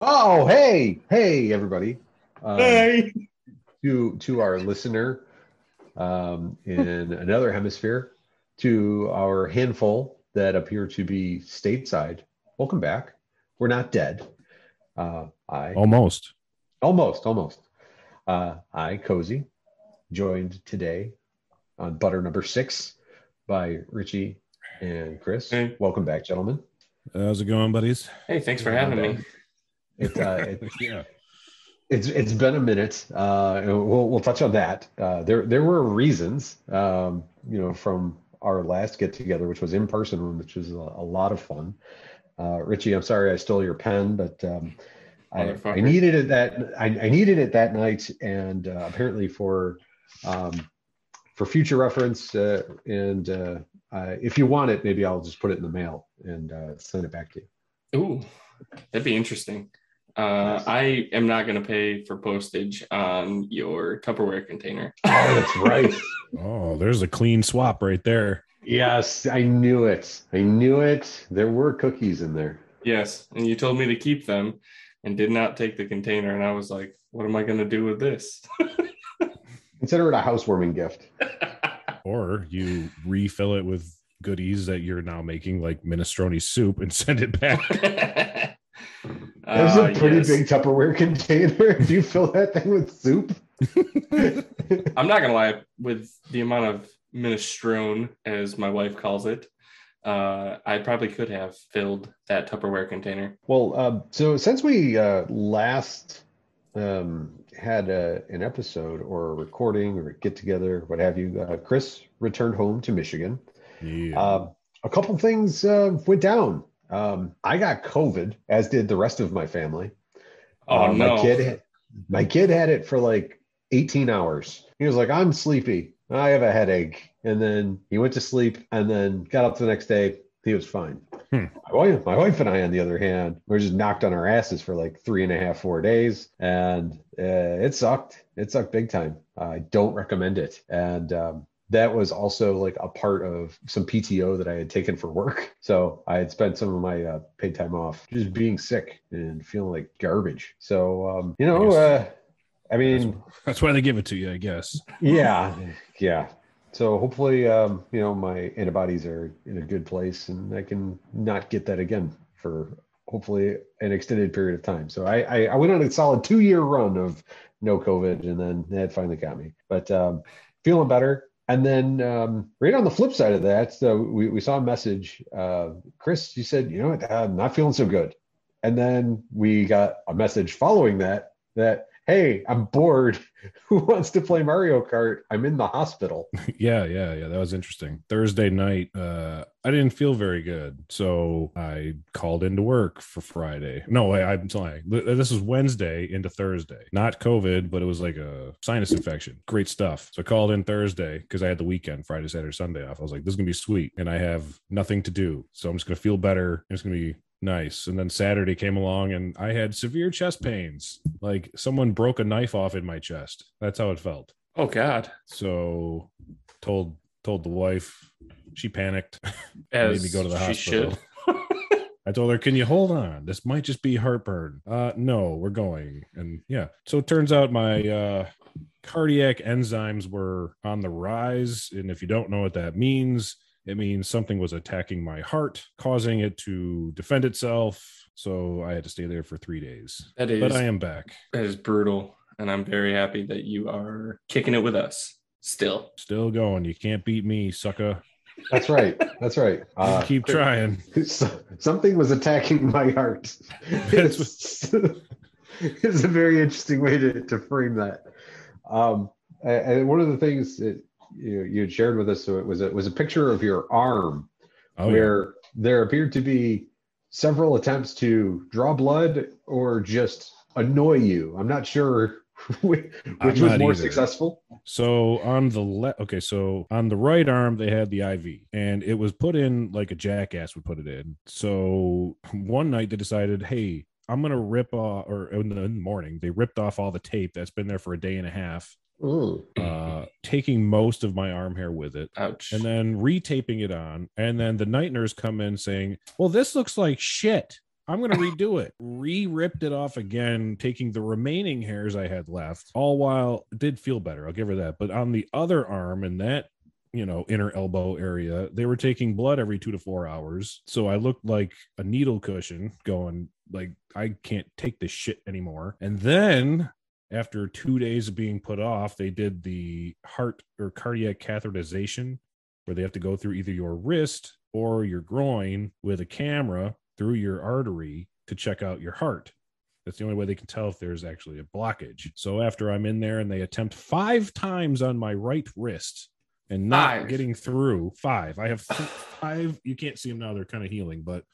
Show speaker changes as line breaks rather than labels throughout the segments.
Oh, hey, hey, everybody.
Uh,
Um,
Hey.
to to our listener um, in another hemisphere, to our handful that appear to be stateside. Welcome back. We're not dead. Uh, I
Oh.
Almost.
almost, almost. Uh, I cozy, joined today on butter number six by Richie and Chris.
Hey.
Welcome back, gentlemen.
How's it going, buddies?
Hey, thanks for having me.
It, uh, it,
Yeah.
It's it's been a minute. Uh, and we'll we'll touch on that. Uh, there there were reasons, um, you know, from our last get together, which was in person, which was a, a lot of fun. Uh, Richie, I'm sorry I stole your pen, but um, I, I
Motherfucker.
needed it that I, I needed it that night, and uh, apparently for um, for future reference, uh, and uh, uh, if you want it, maybe I'll just put it in the mail and uh, send it back to you.
Ooh, that'd be interesting. Uh, I am not going to pay for postage on your Tupperware container.
Oh, that's right.
Oh, there's a clean swap right there.
Yes, I knew it. I knew it. There were cookies in there.
Yes, and you told me to keep them, and did not take the container. And I was like, "What am I going to do with this?"
Consider it a housewarming gift.
Or you refill it with goodies that you're now making, like minestrone soup, and send it back.
That
There's
Ah, Uh,
a pretty big Tupperware container. Do you fill that thing with soup?
I'm not gonna lie, with the amount of minestrone, as my wife calls it, uh, I probably could have filled that Tupperware container.
Well, um, so since we uh, last um, had uh an episode or a recording or a get together, what have you, uh, Chris returned home to Michigan.
Yeah.
Um, a couple things uh, went down. Um, I got COVID, as did the rest of my family.
Oh
Uh,
no!
My kid, had- my kid had it for like 18 hours. He was like, "I'm sleepy. I have a headache," and then he went to sleep, and then got up the next day. He was fine.
Hmm.
My wife, my wife and I, on the other hand, we were just knocked on our asses for like three and a half, four days, and uh, it sucked. It sucked big time. I don't recommend it. And um, that was also like a part of some PTO that I had taken for work. So I had spent some of my uh, paid time off just being sick and feeling like garbage. So, um, you know,
I guess-
uh, I mean,
That's why they give it to you, I guess.
yeah, yeah. So hopefully, um, you know, my antibodies are in a good place and I can not get that again for hopefully an extended period of time. So I, I, I went on a solid two year run of no COVID and then that finally got me, but um, feeling better. And then um, right on the flip side of that, so we, we saw a message. Uh, Chris, you said, you know what, I'm not feeling so good. And then we got a message following that, that, hey, I'm bored who wants to play Mario Kart? I'm in the hospital.
yeah, yeah, yeah. That was interesting. Thursday night, uh, I didn't feel very good. So I called into work for Friday. No, I, I'm lying. Th- This was Wednesday into Thursday. Not COVID, but it was like a sinus infection. Great stuff. So I called in Thursday because I had the weekend, Friday, Saturday, Sunday off. I was like, this is going to be sweet. And I have nothing to do. So I'm just going to feel better. It's going to be nice. And then Saturday came along and I had severe chest pains. Like someone broke a knife off in my chest. That's how it felt
oh God!
so told told the wife she panicked and
As
made me go to the
she
hospital
should.
i told her can you hold on this might just be heartburn uh no we're going and yeah so it turns out my uh cardiac enzymes were on the rise and if you don't know what that means it means something was attacking my heart causing it to defend itself so i had to stay there for three days
That is
but i am back
that is brutal, and I'm very happy that you are kicking it with us still.
still going you can't beat me sucker
That's right. That's right. Uh,
keep trying
so- Something was attacking my heart. It's, it's a very interesting way to, to frame that. Um, and and one of the things that you, you had shared with us so it was a, was a picture of your arm
oh yeah.
where there appeared to be several attempts to draw blood or just annoy you. I'm not sure which,
I'm
which was
not
more
either.
successful.
So on the left, okay, so on the right arm, they had the IV and it was put in like a jackass would put it in. So one night they decided, hey, I'm going to rip off, or in the morning, they ripped off all the tape that's been there for a day and a half,
Ooh.
uh, taking most of my arm hair with it
Ouch!
and then retaping it on. And then the night nurse come in saying, well, this looks like shit. I'm going to redo it. Re ripped it off again, taking the remaining hairs I had left, all while it did feel better. I'll give her that. But on the other arm and that, you know, inner elbow area, they were taking blood every two to four hours. So I looked like a needle cushion going, like, I can't take this shit anymore. And then after two days of being put off, they did the heart or cardiac catheterization where they have to go through either your wrist or your groin with a camera through your artery to check out your heart. That's the only way they can tell if there's actually a blockage. So after I'm in there and they attempt five times on my right wrist and not
Five.
getting through five, I have th- five. You can't see them now; they're kind of healing, but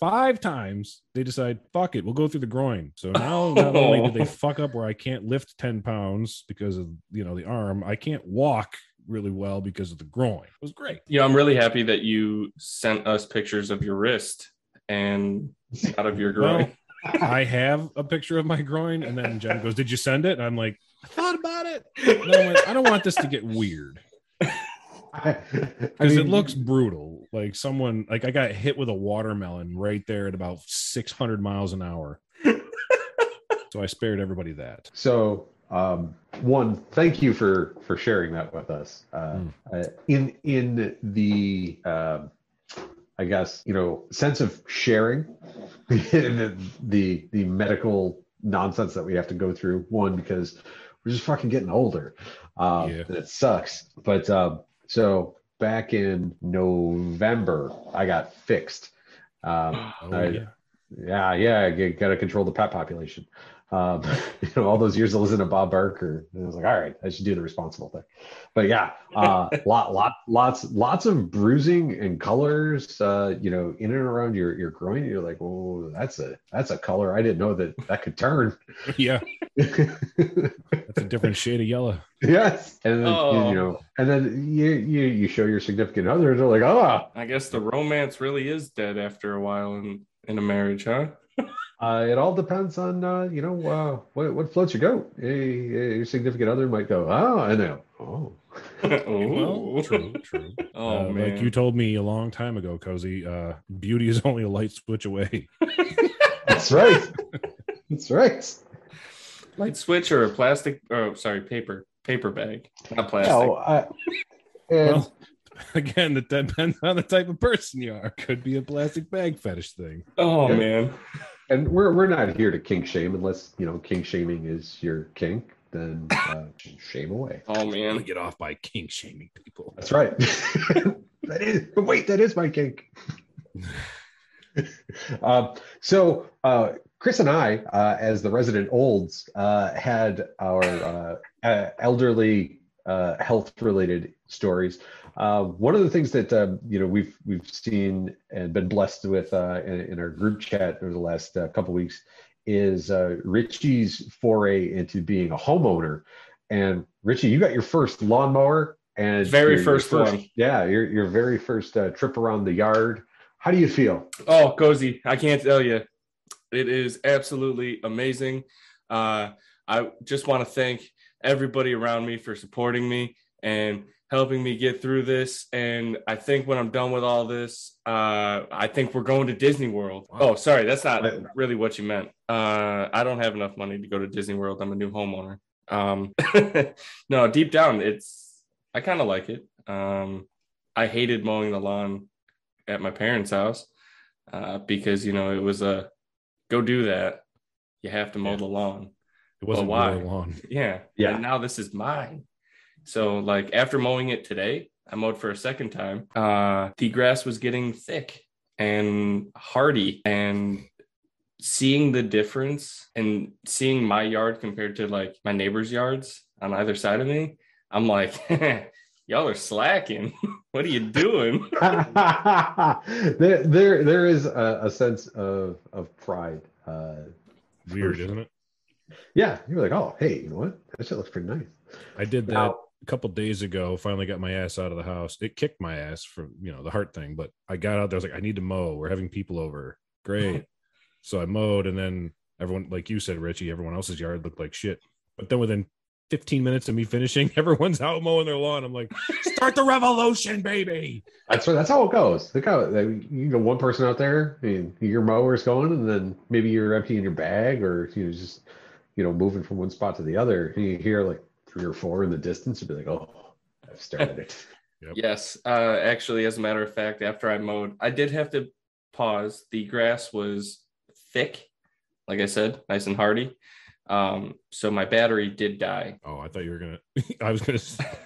five times they decide, "Fuck it, we'll go through the groin." So now, not only did they fuck up where I can't lift ten pounds because of you know the arm, I can't walk really well because of the groin. It was great.
You know, I'm really happy that you sent us pictures of your wrist and out of your groin.
Well, I have a picture of my groin, and then Jen goes, "Did you send it?" And I'm like, "I thought about it." And then I went, "I don't want this to get weird
I
because it
mean,
looks brutal. Like someone, like I got hit with a watermelon right there at about 600 miles an hour." so I spared everybody that.
So, um, one, thank you for for sharing that with us. Uh,
Mm.
uh, in in the, um I guess you know, sense of sharing the, the the medical nonsense that we have to go through. One because we're just fucking getting older, um,
Yeah.
and it sucks. But um, so back in November, I got fixed. Um,
Oh
I-
yeah,
yeah, yeah, you gotta control the pet population. Um, you know, all those years to listen to Bob Barker, and I was like, all right, I should do the responsible thing. But yeah, uh, lot, lot, lots, lots of bruising and colors. Uh, you know, in and around your your groin. You're like, oh, that's a that's a color. I didn't know that that could turn.
yeah. That's a different shade of yellow.
yes, and then,
Oh.
you know, and then you you you show your significant other, and they're like, oh,
I guess the romance really is dead after a while in, in a marriage, huh?
Uh, it all depends on uh, you know uh, what what floats your goat. Eh, eh, your significant other might go, oh, I know. Oh,
Well,
Ooh.
true, true.
Oh
Uh,
man,
Like you told me a long time ago, Cozy, uh, beauty is only a light switch away.
that's right. that's right.
light switch or a plastic? Oh, sorry, paper paper bag, not plastic.
No, I, and
Well, again, that depends on the type of person you are. Could be a plastic bag fetish thing.
oh
Yeah.
man,
and we're we're not here to kink shame unless you know kink shaming is your kink. Then uh, shame away.
oh
I'm gonna
man.
get off by kink shaming people.
That's right. that is but wait, that is my kink. um, so uh, Chris and I, uh, as the resident olds, uh, had our uh, uh, elderly uh, health-related stories. Uh, one of the things that um, you know we've we've seen and been blessed with uh, in, in our group chat over the last uh, couple weeks is uh, Richie's foray into being a homeowner. And Richie, you got your first lawnmower and
Very
your- your
first one.
Yeah, your your very first uh, trip around the yard. How do you feel?
Oh, cozy, I can't tell you, it is absolutely amazing. Uh, I just want to thank everybody around me for supporting me and helping me get through this. And I think when I'm done with all this, uh, I think we're going to Disney World. Oh, sorry, that's not
Wait.
really what you meant. Uh, I don't have enough money to go to Disney World. I'm a new homeowner. Um, no, deep down, it's I kind of like it. Um, I hated mowing the lawn at my parents' house uh, because you know it was a go do that. You have to mow
Yeah.
the lawn
It wasn't
why?
your lawn.
yeah
Yeah.
and now this is mine so like after mowing it today i mowed for a second time uh the grass was getting thick and hardy and seeing the difference and seeing my yard compared to like my neighbor's yards on either side of me i'm like y'all are slacking what are you doing
there, there, there is a, a sense of of pride. Uh,
Weird, isn't it?
yeah, you're like, oh, hey, you know what? That shit looks pretty nice.
I did that
Now-
a couple days ago. Finally got my ass out of the house. It kicked my ass from you know the heart thing, but I got out there. I was like, I need to mow. We're having people over. Great. so I mowed, and then everyone, like you said, Richie, everyone else's yard looked like shit. But then within 15 minutes of me finishing, everyone's out mowing their lawn. I'm like, start the revolution, baby.
That's what, that's how it goes. Look how like, you know one person out there, and your mower's going, and then maybe you're emptying your bag or you know, just you know moving from one spot to the other. And you hear like three or four in the distance, and be like, oh, I've started it.
Yes. Uh, actually, as a matter of fact, after I mowed, I did have to pause. The grass was thick, like I said, nice and hardy. Um, so my battery did die.
Oh, I thought you were gonna. I was gonna.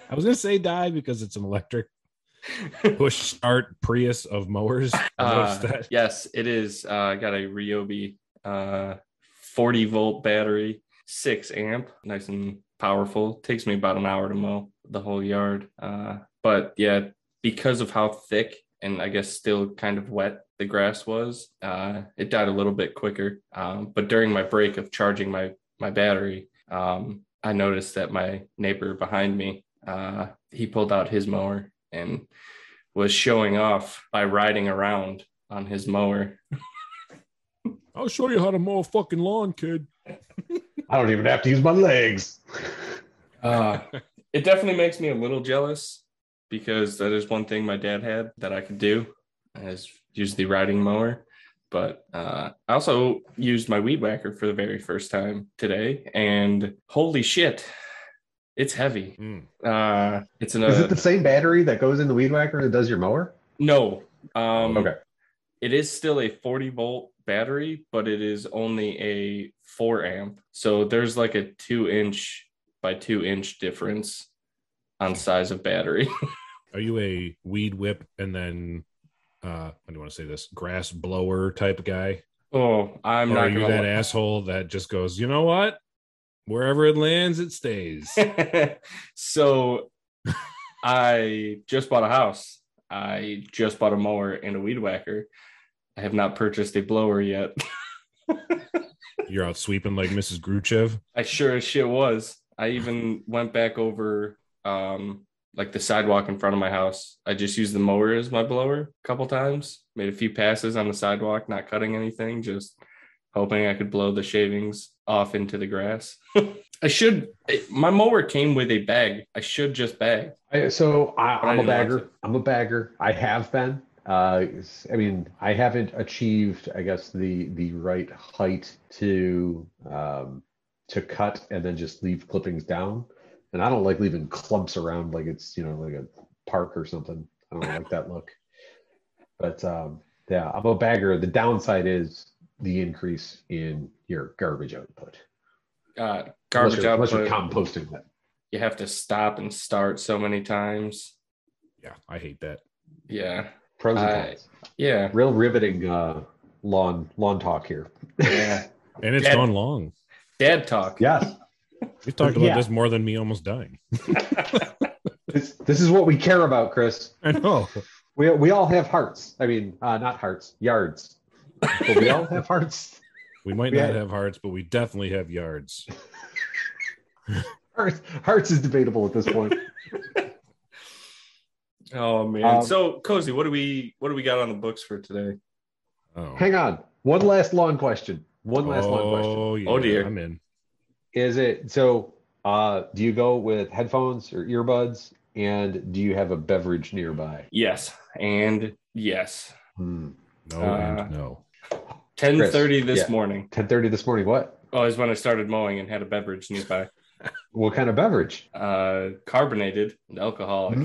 I was gonna say die because it's an electric push start Prius of mowers. I
Uh,
noticed that.
yes, it is. Uh, I got a Ryobi uh, 40 volt battery, six amp, nice and powerful. Takes me about an hour to mow the whole yard. Uh, but yeah, because of how thick and I guess still kind of wet the grass was, uh, it died a little bit quicker. Um, but during my break of charging my my battery, um, I noticed that my neighbor behind me uh, he pulled out his mower and was showing off by riding around on his mower.
I'll show you how to mow a fucking lawn, kid.
I don't even have to use my legs.
Uh,
Ah.
it definitely makes me a little jealous because that is one thing my dad had that I could do is use the riding mower. But uh, I also used my weed whacker for the very first time today, and holy shit, it's heavy.
Mm.
Uh, it's an
Is it the same battery that goes in the weed whacker that does your mower?
no. Um,
Okay.
it is still a 40 volt battery but it is only a 4 amp so there's like a 2 inch by 2 inch difference on size of battery
Are you a weed whip and then uh I don't want to say this grass blower type guy?
oh i'm
or
not
are you that
gonna
asshole that just goes, you know what? Wherever it lands, it stays.
lie. so i just bought a house i just bought a mower and a weed whacker i have not purchased a blower yet
You're out sweeping like Mrs. Gruchev.
I sure as shit was. I even went back over um like the sidewalk in front of my house. I just used the mower as my blower a couple times, made a few passes on the sidewalk, not cutting anything, just hoping I could blow the shavings off into the grass. I should it- my mower came with a bag. I should just bag.
I, so I,
But I
I'm a
didn't like
bagger.
it.
I'm a bagger. I have been. Uh, it's- I mean, I haven't achieved, I guess, the the right height to um, to cut and then just leave clippings down. And I don't like leaving clumps around like it's you know like a park or something. I don't like that look. But um, yeah, I'm a bagger. The downside is the increase in your garbage output.
Uh
Unless
garbage
you're- unless you're
output.
composting that.
You have to stop and start so many times.
Yeah, I hate that.
Yeah.
Pros and
I-
cons.
Yeah.
real riveting uh, lawn lawn talk here.
Yeah.
And it's
Dad-
gone long.
Dad talk.
Yes,
We've talked about
Yeah.
this more than me almost dying.
this, this is what we care about, Chris.
I know.
We we all have hearts. I mean, uh, not hearts, yards. But we all have hearts.
We might
We
not
had-
have hearts, but we definitely have yards.
Hearts hearts is debatable at this point.
Oh man.
Um,
so cozy, what do we what do we got on the books for today?
Oh,
Hang on, one last lawn question. One last lawn question.
Oh, yeah,
Oh, dear.
I'm in.
Is it so? Uh, do you go with headphones or earbuds? And do you have a beverage nearby?
Yes. And yes.
Hmm.
No
Uh,
and no.
1030 this
yeah.
morning.
Ten thirty this morning. What?
Oh, is when I started mowing and had a beverage nearby.
What kind of beverage?
Uh carbonated and alcoholic.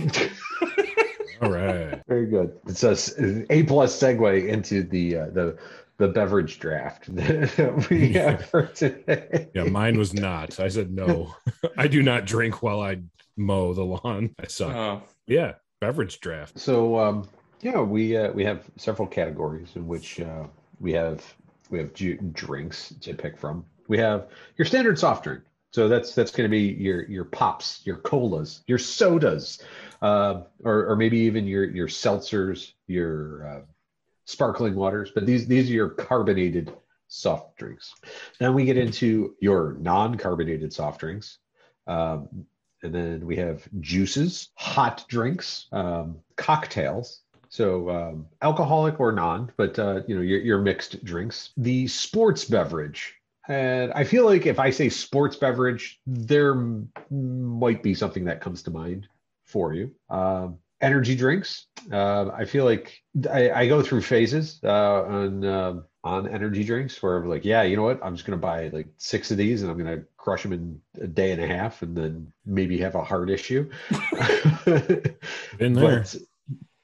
All right.
Very good. It's a s- a plus segue into the uh, the the beverage draft that we have for today.
Yeah, mine was not. I said no. I do not drink while I mow the lawn. I suck.
oh.
yeah, beverage draft.
So um, yeah, we uh, we have several categories in which uh, we have we have ju- drinks to pick from. We have your standard soft drink. So that's that's going to be your your pops, your colas, your sodas, uh, or or maybe even your your seltzers, your uh, sparkling waters. But these these are your carbonated soft drinks. Then we get into your non-carbonated soft drinks. Um, and then we have juices, hot drinks, um, cocktails. So um, alcoholic or non, but uh, you know your, your mixed drinks. The sports beverage, And I feel like if I say sports beverage, there m- might be something that comes to mind for you. Um, energy drinks. Um I feel like I, I go through phases uh, on um on energy drinks where I'm like, yeah, you know what? I'm just gonna buy like six of these and I'm gonna crush them in a day and a half, and then maybe have a heart issue.
Been there.
But-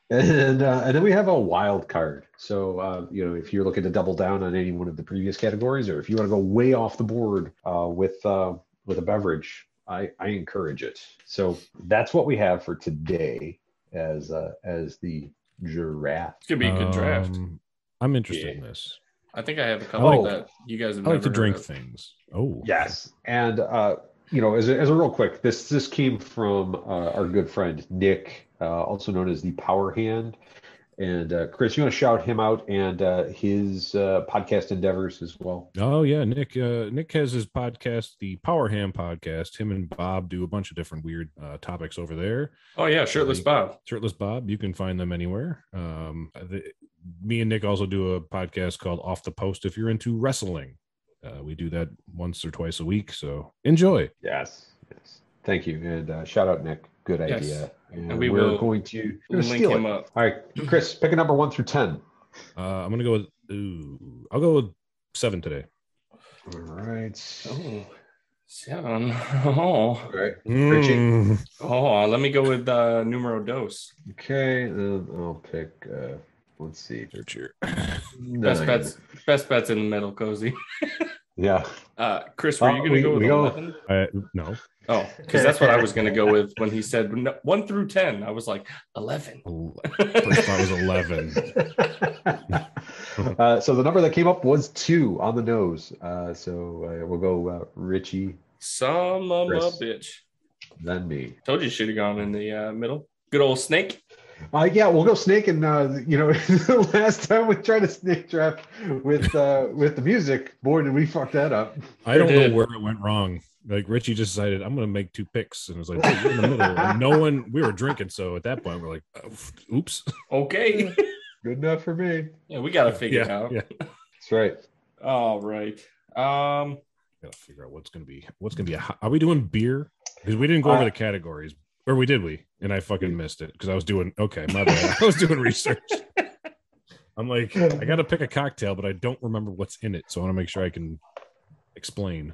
and uh, and then we have a wild card. So uh, you know, if you're looking to double down on any one of the previous categories, or if you want to go way off the board uh, with uh, with a beverage, I, I encourage it. So that's what we have for today as uh, as the giraffe.
It's gonna be a good draft.
Um, I'm interested in
Yeah.
this.
I think I have a couple
Oh.
that you guys have
I like to
never
drink
heard of.
things. Oh,
Yes, and uh, you know, as a, as a real quick, this this came from uh, our good friend Nick, uh, also known as the Power Hand. And uh, Chris, you want to shout him out and uh, his uh, podcast endeavors as well.
Oh yeah, Nick. Uh, Nick has his podcast, the Power Ham Podcast. Him and Bob do a bunch of different weird uh, topics over there.
Oh yeah, shirtless Bob.
Shirtless Bob, you can find them anywhere. Um, the, me and Nick also do a podcast called Off the Post. If you're into wrestling, uh, we do that once or twice a week. So enjoy.
Yes, yes. Thank you, and uh, shout out Nick. Good
Yes.
idea. And,
And we
we're
will
going to we're gonna
Link
steal
him
it.
up.
All right, Chris, pick a number one through ten.
Uh, I'm gonna go with. Ooh, I'll go with seven today.
All right.
Oh, seven. Oh,
All right.
Mm.
oh. Let me go with uh, numero dos.
Okay. Um, I'll pick. Uh, let's see.
Search here.
None
Best
I
bets. Best bets in the middle, cozy.
Yeah.
Uh, Chris, were you
Uh,
gonna
we-
go with
we go-
eleven?
I, no,
Oh, because that's what I was gonna go with when he said no- one through ten. I was like eleven.
Ele- first thought was eleven.
uh, so the number that came up was two on the nose. Uh, so uh, we'll go uh, Richie,
Some of a
Chris.
bitch.
then me.
Told you should have gone in the uh, middle. Good old snake.
Uh, yeah, we'll go snake, and uh, you know, the last time we tried to snake draft with uh, with the music, boy, did we fuck that up.
I
Sure
don't
did.
know where it went wrong. Like Richie just decided, I'm going to make two picks, and it was like "Hey, you're in the middle. And no one, we were drinking, so at that point we're like, "Oh, oops.
Okay.
Good enough for me.
yeah, we gotta figure it out.
yeah.
That's right.
All right. Um,
Gotta figure out what's going to be. What's going to be? A, hot- are we doing beer? Because we didn't go over
Uh,
the categories, or we did we? And I fucking missed it because I was doing okay. My bad. I was doing research. I'm like, I got to pick a cocktail, but I don't remember what's in it, so I want to make sure I can explain.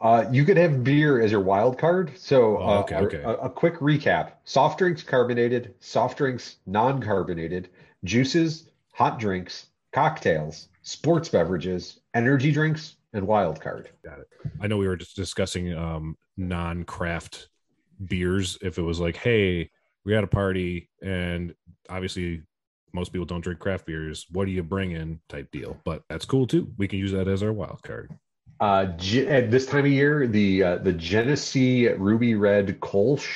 Uh, you could have beer as your wild card. So,
Oh,
uh,
okay,
a-
okay.
A, a quick recap: soft drinks carbonated, soft drinks non-carbonated, juices, hot drinks, cocktails, sports beverages, energy drinks, and wild card.
I know we were just discussing um, non-craft beers. If it was like, hey, we had a party, and obviously most people don't drink craft beers. What do you bring in? Type deal, but that's cool too. We can use that as our wild card.
Uh, G- at this time of year, the uh, the Genesee Ruby Red Kolsch.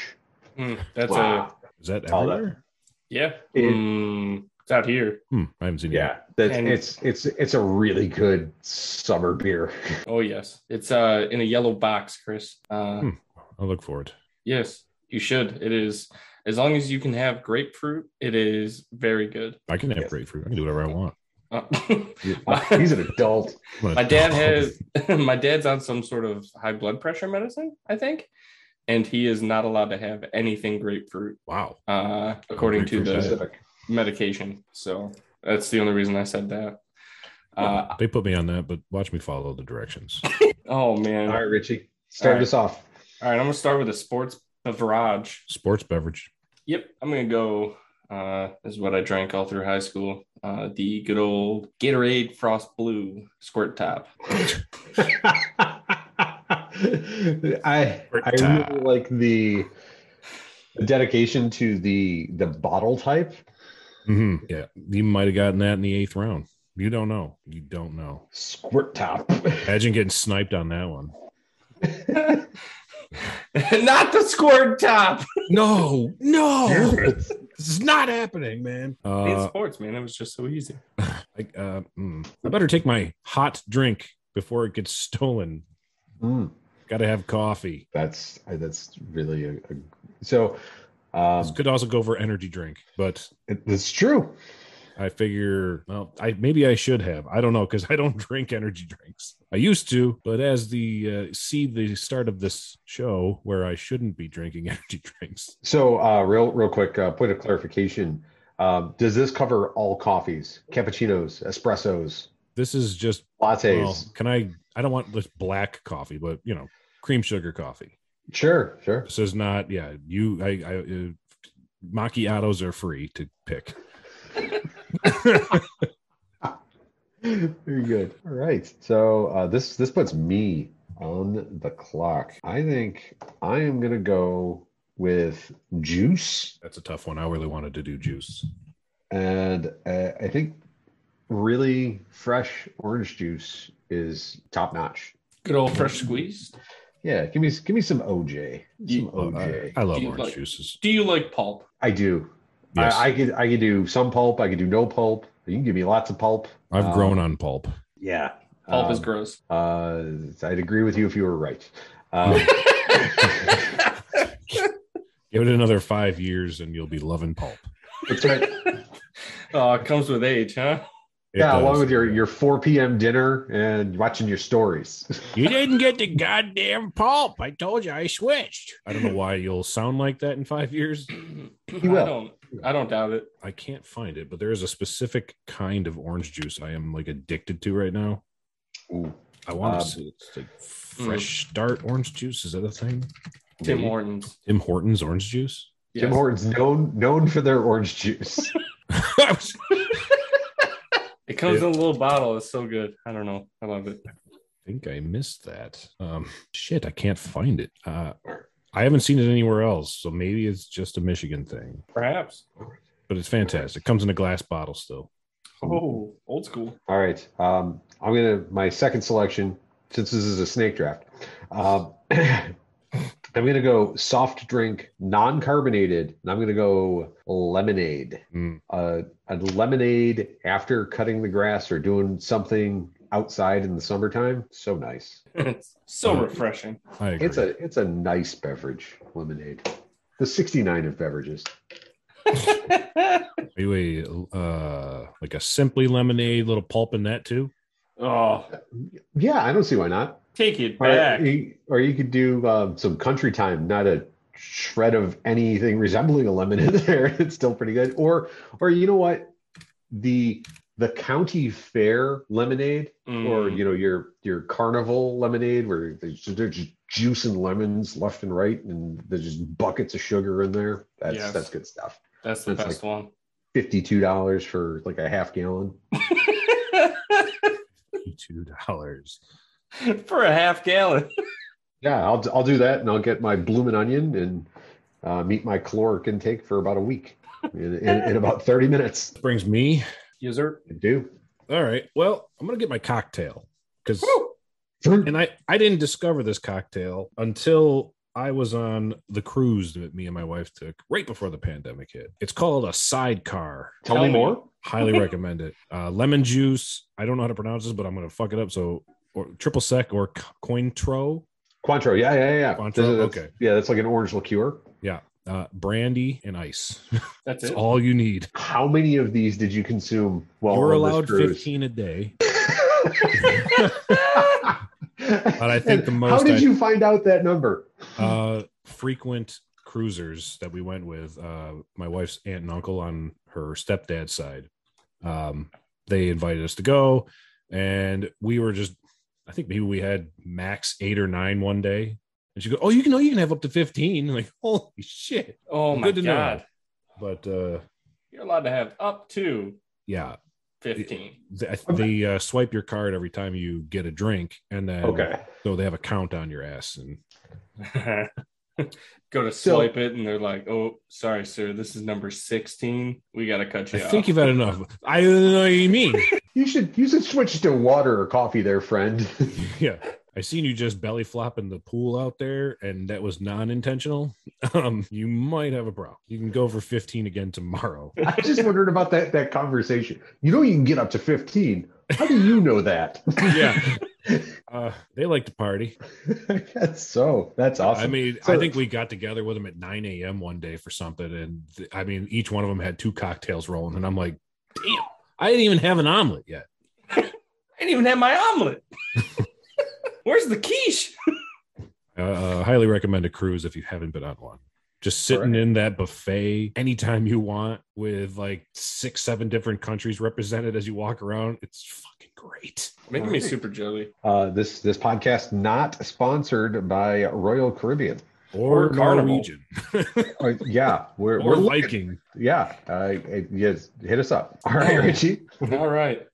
mm, that's a
Wow.
Is that
All that-
everywhere?
yeah.
It-
Mm, it's out here.
Hmm, I haven't seen it.
yeah, that's,
And-
it's it's it's a really good summer beer.
Oh yes, it's uh in a yellow box, Chris. Uh,
Hmm. I'll look for it.
Yes, you should. It is as long as you can have grapefruit. It is very good.
I can have
Yes.
grapefruit. I can do whatever I want.
Uh,
Uh, He's an adult.
I'm an
my dad
adult.
has my dad's on some sort of high blood pressure medicine, I think, and he is not allowed to have anything grapefruit,
Wow.
uh, according to
grapefruit
the
diet.
Specific.
medication. So that's the only reason I said that. Uh,
They put me on that, but watch me follow the directions.
oh
All
man!
right, Richie, start
All right.
us off.
All right, I'm gonna start with a sports beverage.
Sports beverage.
Yep, I'm gonna go. Uh, this is what I drank all through high school. Uh, the good old Gatorade Frost Blue squirt top.
I I
Time.
really like the the dedication to the the bottle type.
Mhm. Yeah, you might have gotten that in the eighth round. You don't know. You don't know.
Squirt top.
Imagine getting sniped on that one.
Not the squirt top.
No, no,
It's
this is not happening, man.
In
Uh,
sports, man, it was just so easy.
I, uh, mm, I better take my hot drink before it gets stolen.
Mm,
Got to have coffee.
that's I- that's really a, a so
This
um
could also go for energy drink, but
it, it's true.
I figure, well, I maybe I should have. I don't know because I don't drink energy drinks. I used to, but as the uh, see the start of this show where I shouldn't be drinking energy drinks.
So, uh, real real quick, uh, point of clarification: um, Does this cover all coffees, cappuccinos, espressos,
This is just
lattes?
well, can I? I don't want this black coffee, but you know, cream sugar coffee.
Sure, sure.
This is not. Yeah, you. I. I uh, macchiatos are free to pick.
Very good. All right. So uh, this this puts me on the clock. I think I am gonna go with juice,
That's a tough one. I really wanted to do juice.
and uh, I think really fresh orange juice is top notch.
Good old fresh squeezed.
Yeah, give me give me some OJ. Some
You-
OJ.
Oh, I, I love
Do you
orange
like-
juices.
Do you like pulp?
I do.
Yes,
I,
I,
I could I could do some pulp. I could do no pulp. You can give me lots of pulp.
have grown
um,
on pulp.
Yeah,
Pulp is
Um,
gross.
Uh, I'd agree with you if you were right. Um,
Give it another five years, and you'll be loving pulp.
that's right.
Oh, it comes with age, huh?
It
yeah,
does.
along with your your 4 p.m. dinner and watching your stories.
You didn't get the goddamn pulp. I told you I switched. I don't know why you'll sound like that in five years.
will.
I don't. I don't doubt it.
I can't find it, but there is a specific kind of orange juice I am like addicted to right now.
Ooh,
I want
Um,
to see it's like fresh start orange juice. Is that a thing?
Tim
maybe.
Hortons.
Tim Hortons orange juice?
Tim
Yes.
Hortons known known for their orange juice.
I was-
It comes in a little bottle. It's so good. I don't know. I love it.
I think I missed that. Um, shit, I can't find it. Uh, I haven't seen it anywhere else, so maybe it's just a Michigan thing.
Perhaps.
But it's fantastic. It comes in a glass bottle still.
Oh, old school.
All right. Um, I'm gonna my second selection since this is a snake draft. Um, I'm gonna go soft drink, non-carbonated, and I'm gonna go lemonade.
Mm.
Uh, a lemonade after cutting the grass or doing something outside in the summertime, so nice.
It's so
Uh,
refreshing.
I agree.
It's a it's a nice beverage, lemonade. The 69 of beverages.
Are you a uh, like a simply lemonade, little pulp in that too?
oh,
Yeah, I don't see why not.
take it
Or,
back.
you, or you could do um, some country time, not a shred of anything resembling a lemon in there. It's still pretty good. Or or you know what? The the county fair lemonade, or
Mm.
you know, your your carnival lemonade where there's there's just juice and lemons left and right, and there's just buckets of sugar in there. That's
Yes.
that's good stuff.
That's the
That's
best one.
Fifty-two dollars for like a half gallon.
Two dollars.
For a half gallon.
Yeah, I'll I'll do that, and I'll get my bloomin' onion and uh, meet my caloric intake for about a week, in, in, in about thirty minutes.
Brings me.
User.
I do.
All right. Well, I'm gonna get my cocktail because,
Fruit.
and I I didn't discover this cocktail until I was on the cruise that me and my wife took right before the pandemic hit. It's called a sidecar.
Tell, me more.
Highly recommend it. Uh, lemon juice. I don't know how to pronounce this, but I'm gonna fuck it up. So, or triple sec or co- cointreau.
Cointreau. Yeah, yeah, yeah.
Cointreau,
This is-
okay.
Yeah, that's like an orange liqueur.
Uh, brandy and ice.
That's
That's
it.
all you need.
How many of these did you consume while
You're
on
allowed
this cruise?
15 a day.
but
I think the
How
most
did
I-
you find out that number?
Uh, frequent cruisers that we went with, uh, my wife's aunt and uncle on her stepdad's side, um, they invited us to go, and we were just, I think maybe we had max eight or nine one day. And she go, "Oh, you can, oh, you can have up to 15. Like, holy shit!
Oh my
Good to know.
god.
But uh,
You're allowed to have up to
yeah,
15.
they, I- they uh, swipe your card every time you get a drink, and then
Okay.
so they have a count on your ass, and
Go to
So-
swipe it and they're like, oh, sorry, sir, this is number 16. We got to cut you
I
off.
think you've had enough. I don't know what you mean.
You should you should switch to water or coffee there, friend.
yeah. I seen you just belly flop in the pool out there, and that was non-intentional. Um, you might have a problem. You can go for 15 again tomorrow.
I just wondered about that that conversation. You know you can get up to 15. How do you know that?
Yeah. Uh, they like to party.
I guess so. That's awesome.
I mean,
So-
I think we got together with them at 9 a.m. one day for something, and th- I mean, each one of them had two cocktails rolling, and I'm like, damn, I didn't even have an omelet yet.
I didn't even have my omelet. Where's the quiche?
Uh, uh, highly recommend a cruise if you haven't been on one. Just sitting
Correct.
in that buffet anytime you want with like six, seven different countries represented as you walk around. It's fucking great.
Making me super jelly.
Uh, this this podcast not sponsored by Royal Caribbean.
Or,
Or Carnival.
Norwegian.
Uh, yeah, we're,
or
we're looking.
Viking.
Yeah, uh, it- yes, hit us up. All right, Richie.
All right.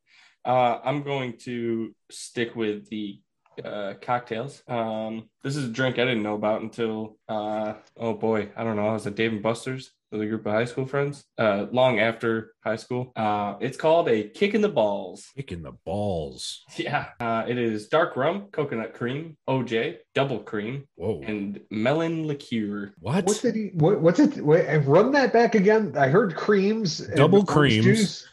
Uh, I'm going to stick with the uh, cocktails. Um, this is a drink I didn't know about until, uh, oh boy, I don't know. I was at Dave and Buster's with a group of high school friends uh, long after high school. Uh, it's called a kick in the balls.
Kicking the balls.
Yeah. Uh, it is dark rum, coconut cream, OJ, double cream,
Whoa.
and melon liqueur.
what?
What's it? What, what's it? Wait, and run that back again. I heard creams. and
Double
orange
creams.
juice.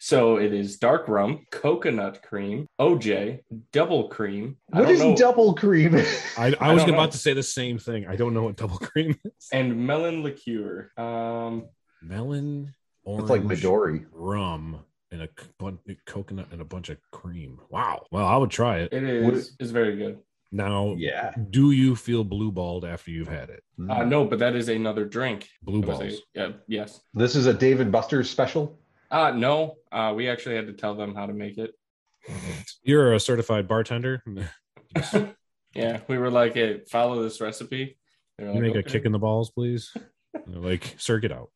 So it is dark rum, coconut cream, OJ, double cream. I
What
don't
is
know-
double cream?
I, I
I
was
don't
about
know.
to say the same thing. I don't know what double cream is.
and melon liqueur. Um,
Melon, orange,
it's like Midori.
rum, and a c- bun- coconut and a bunch of cream. Wow. Well, I would try it.
it
What-
is is very good.
Now,
Yeah. Mm.
do you feel blue balled after you've had it?
Uh,
Mm-hmm.
no, but that is another drink.
Blue
That was
balls.
a- yeah, yes.
This is a David Buster's special.
Uh, no, uh, we actually had to tell them how to make it.
You're a certified bartender. You
Yeah, we were like, "Hey, follow this recipe." They were like,
make a
"Okay."
kick in the balls, please. And they're like, sir, get out.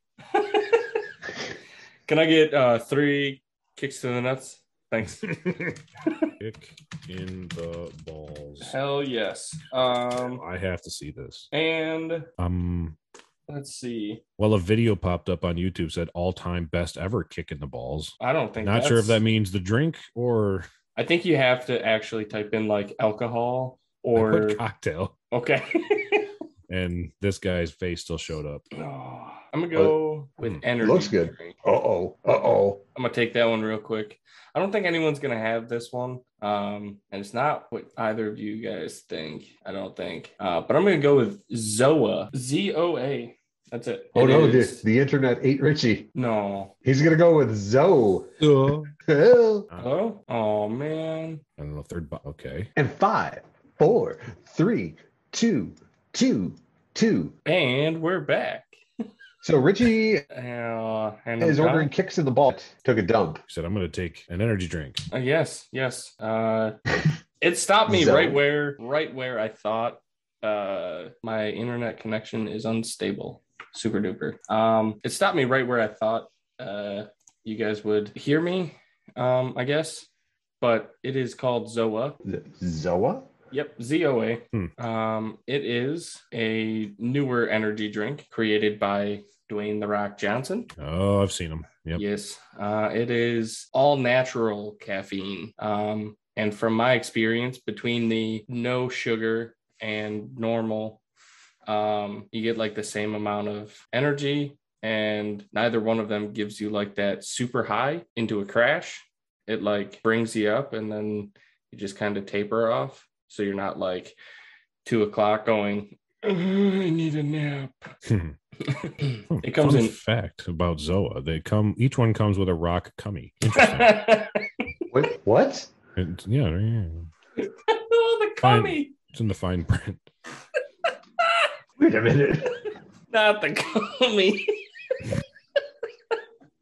Can I get uh, three kicks to the nuts? Thanks.
Kick in the balls.
Hell yes. Um,
I have to see this.
and
Um,
let's see.
well, a video popped up on YouTube said all time best ever kick in the balls.
I don't think.
Not sure if
that's-
that means the drink or
I think you have to actually type in like alcohol
I
or
put cocktail.
okay.
And this guy's face still showed up.
Oh, I'm gonna go with
Hmm.
energy.
Looks good.
drink.
Uh oh. Uh oh.
I'm gonna take that one real quick. I don't think anyone's gonna have this one, um, and it's not what either of you guys think. I don't think. Uh, but I'm gonna go with Zoa. Z O A. That's it.
Oh
It
no, the,
is-
the internet ate Richie.
no.
He's gonna go with Zoe. and
Hello. Oh man.
I don't know. Third, bo- okay.
five, four, three, two, two, two.
And we're back.
So Richie
Uh, and
is
I'm
ordering kicks in the ball. Took a dump.
He said, I'm going to take an energy drink.
Uh, yes, yes. Uh, it stopped me
Zone.
right where right where I thought uh, my internet connection is unstable. Super duper. Um, it stopped me right where I thought uh, you guys would hear me. Um, I guess, but it is called Zoa.
Z- Zoa?
Yep, ZOA.
Hmm.
Um, it is a newer energy drink created by Dwayne the Rock Johnson.
Oh, I've seen him. Yep.
Yes, uh, it is all natural caffeine. Um, and from my experience, between the no sugar and normal, um, you get like the same amount of energy, and neither one of them gives you like that super high into a crash. It like brings you up, and then you just kind of taper off. So you're not like two o'clock going, "Ugh, I need a nap.
Hmm. Hmm.
it comes
Fun
in.
fact about Zoa. They come. Each one comes with a rock cummy. Interesting.
What? what?
It's- yeah, yeah,
oh, the
Fine.
commie.
it's in the fine print.
Wait a minute.
Not the commie.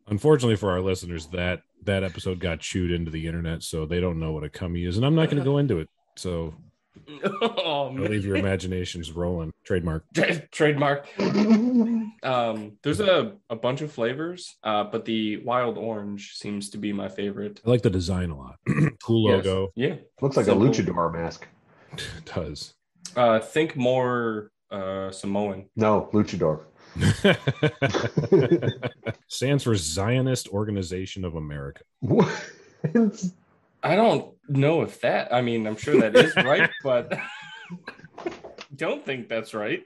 Unfortunately for our listeners, that that episode got chewed into the internet, so they don't know what a cummy is, and I'm not going to go into it. So
oh,
I'll
man.
leave your imaginations rolling. Trademark.
Tra- trademark. Um, there's a, a bunch of flavors, uh, but the wild orange seems to be my favorite.
I like the design a lot. cool
Yes.
logo.
Yeah.
Looks like
Simple.
a luchador mask.
It does.
Uh, think more uh, Samoan.
No, luchador.
Stands for Zionist Organization of America.
What?
I don't know if that, I mean, I'm sure that is right, but don't think that's right.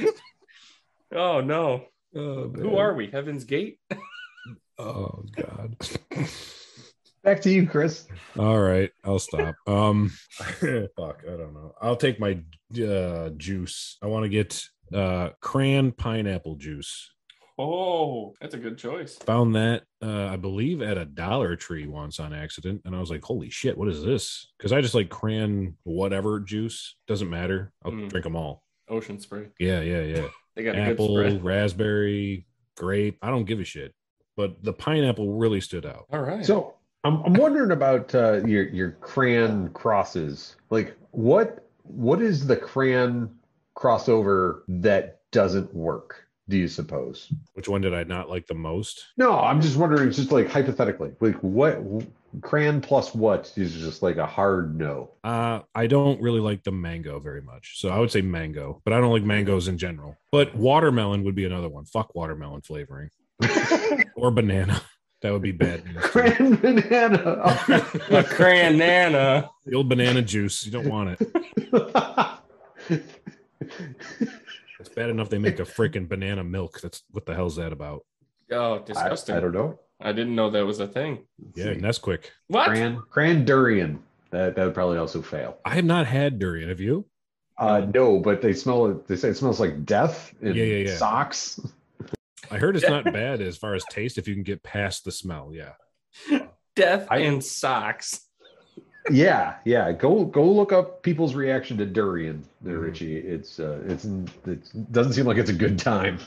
oh, no.
Oh,
Who are we? Heaven's Gate?
Oh God.
Back to you, Chris.
All right, I'll stop. Um, fuck, I don't know. I'll take my uh, juice. I want to get uh, cran pineapple juice.
Oh, that's a good choice.
Found that uh, I believe at a Dollar Tree once on accident, and I was like, "Holy shit, what is this?" Because I just like cran whatever juice doesn't matter. I'll
Mm.
drink them all.
Ocean spray.
Yeah, yeah, yeah.
They got a good
Apple,
spread.
raspberry, grape. I don't give a shit. But the pineapple really stood out.
All right.
So I'm, I'm wondering about uh, your your crayon crosses. Like what what is the crayon crossover that doesn't work? Do you suppose?
Which one did I not like the most?
No, I'm just wondering, just like hypothetically, like what crayon plus what is just like a hard no.
Uh, I don't really like the mango very much. So I would say mango, but I don't like mangoes in general. But watermelon would be another one. Fuck watermelon flavoring or banana. That would be bad. news, too.
Crayon banana.
a crayon nana.
The old banana juice. You don't want it. It's bad enough they make a freaking banana milk. That's what the hell's that about?
Oh,
I,
disgusting.
I don't know.
I didn't know that was a thing.
Let's
Yeah,
see.
Nesquik.
What?
Crayon, crayon durian. That that would probably also fail.
I have not had durian. Have you?
Uh, no, but they smell it. They say it smells like death in
Mm-hmm. Yeah, yeah, yeah.
socks.
I heard it's not bad as far as taste if you can get past the smell. Yeah.
Death
I-
in socks.
Yeah, yeah. Go go look up people's reaction to durian, there,
Mhm.
Richie. It's uh, it's it doesn't seem like it's a good time.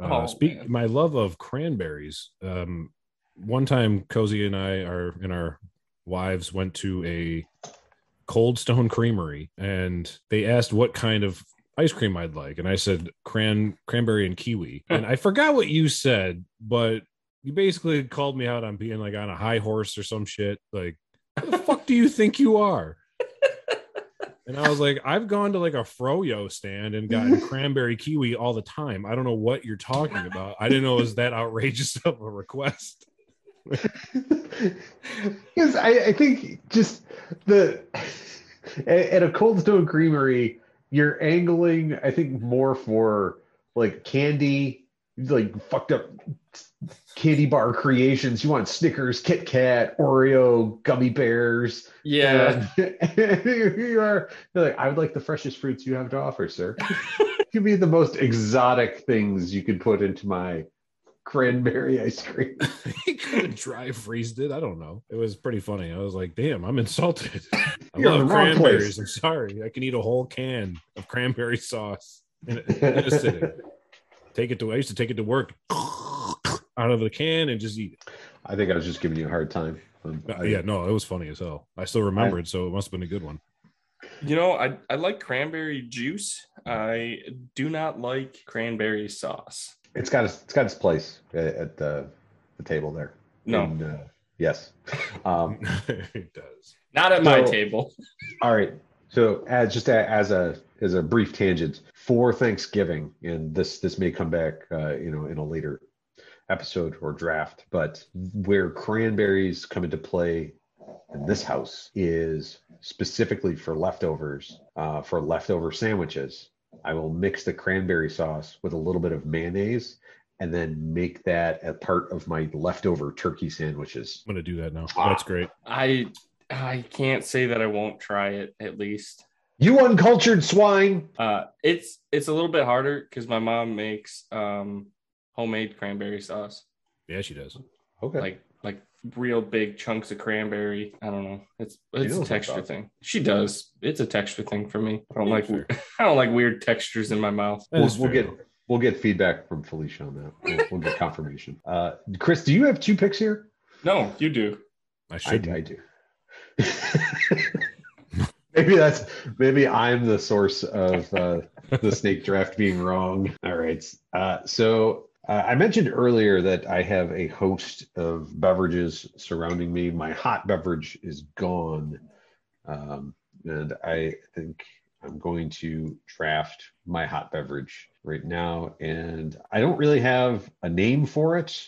Uh,
Oh,
speak
man.
my love of cranberries. Um, one time, Cozy and I are and our wives went to a Cold Stone Creamery, and they asked what kind of ice cream I'd like, and I said cran cranberry and kiwi, and I forgot what you said, but you basically called me out on being like on a high horse or some shit. Like, who the fuck do you think you are? And I was like, I've gone to like a froyo stand and gotten cranberry kiwi all the time. I don't know what you're talking about. I didn't know it was that outrageous of a request.
Because I, I think just the at, at a Cold Stone Creamery, you're angling. I think more for like candy, like fucked up candy bar creations. You want Snickers, Kit Kat, Oreo, gummy bears.
Yeah.
And here you are. You're like, I would like the freshest fruits you have to offer, sir. Give me the most exotic things you could put into my cranberry ice cream.
He could have dry freezed it. I don't know. It was pretty funny. I was like, damn, I'm insulted. I
You're in
love
the wrong place.
cranberries. I'm sorry. I can eat a whole can of cranberry sauce in a, in a sitting. Take it to I used to take it to work out of the can and just eat it.
I think I was just giving you a hard time. Um,
But
I-
Uh, yeah, no, it was funny as hell. I still remember it, so it must have been a good one.
You know, I, I like cranberry juice. I do not like cranberry sauce.
It's got its, it's got its place at, at the the table there.
No,
And, uh, yes. Um,
it does.
not at my
So-
table.
all right. So as just a, as a as a brief tangent for Thanksgiving, and this this may come back, uh, you know, in a later episode or draft, but where cranberries come into play in this house is specifically for leftovers, uh, for leftover sandwiches. I will mix the cranberry sauce with a little bit of mayonnaise, and then make that a part of my leftover turkey sandwiches.
I'm gonna do that now.
Ah.
That's great.
I I can't say that I won't try it at least.
You uncultured swine!
Uh, it's it's a little bit harder because my mom makes um, homemade cranberry sauce,
Yeah, she does.
Okay.
like like real big chunks of cranberry. I don't know. It's it's
knows
a
her
texture
sauce.
thing. She does. It's a texture thing for me. I don't
Yeah,
like
fair.
I don't like weird textures in my mouth.
That
we'll,
is
we'll
fair,
get
though.
we'll get feedback from Felicia on that. We'll, we'll get confirmation. Uh, Chris, do you have two picks here?
No, you do.
I
I,
should.
I do. maybe that's maybe I'm the source of uh, the snake draft being wrong. All right. Uh, so uh, I mentioned earlier that I have a host of beverages surrounding me. My hot beverage is gone, um, and I think I'm going to draft my hot beverage right now. And I don't really have a name for it,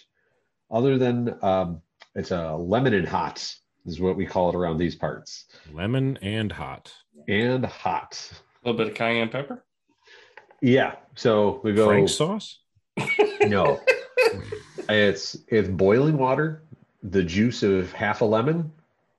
other than um, it's a lemonade hot is what we call it around these parts.
Lemon and hot.
And hot.
A little bit of cayenne pepper.
Yeah. So we go
Frank sauce.
no. it's it's boiling water, the juice of half a lemon,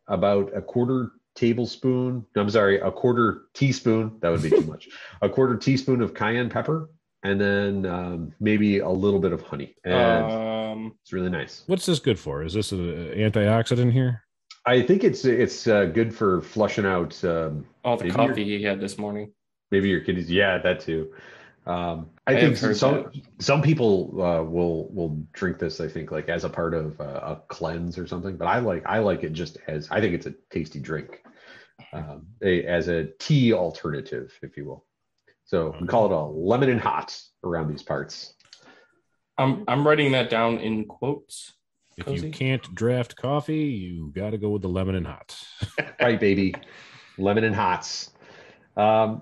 about a quarter tablespoon. I'm sorry, a quarter teaspoon. That would be too much. A quarter teaspoon of cayenne pepper and then um, maybe a little bit of honey. And
Um,
it's really nice.
What's this good for? Is this an antioxidant here?
I think it's it's uh, good for flushing out um,
all the
Maybe
coffee he had this morning.
maybe your kidneys. Yeah, that too. Um, I,
I
think
have heard
some some people uh, will will drink this. I think like as a part of uh, a cleanse or something. But I like I like it just as I think it's a tasty drink, um, a, as a tea alternative, if you will. So
Mm-hmm.
we call it a lemon and hot around these parts.
I'm I'm writing that down in quotes.
If
Cozy.
you can't draft coffee, you got to go with the lemon and hot.
right, baby. Lemon and hots. Um,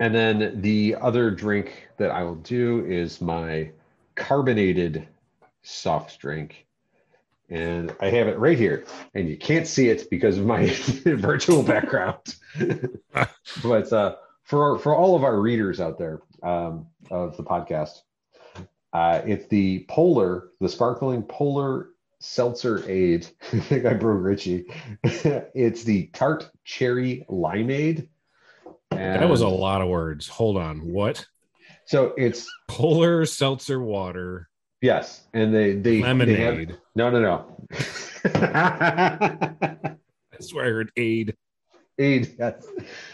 and then the other drink that I will do is my carbonated soft drink. And I have it right here. And you can't see it because of my virtual background. but uh, for, for all of our readers out there um, of the podcast, uh, it's the Polar, the sparkling Polar Seltzer Aid. I think I broke Richie. it's the tart cherry limeade.
That was a lot of words. Hold on. What?
So it's
Polar seltzer water
yes, and they they They have,
lemonade.
no, no, no.
That's where I heard aid.
aid. Yes.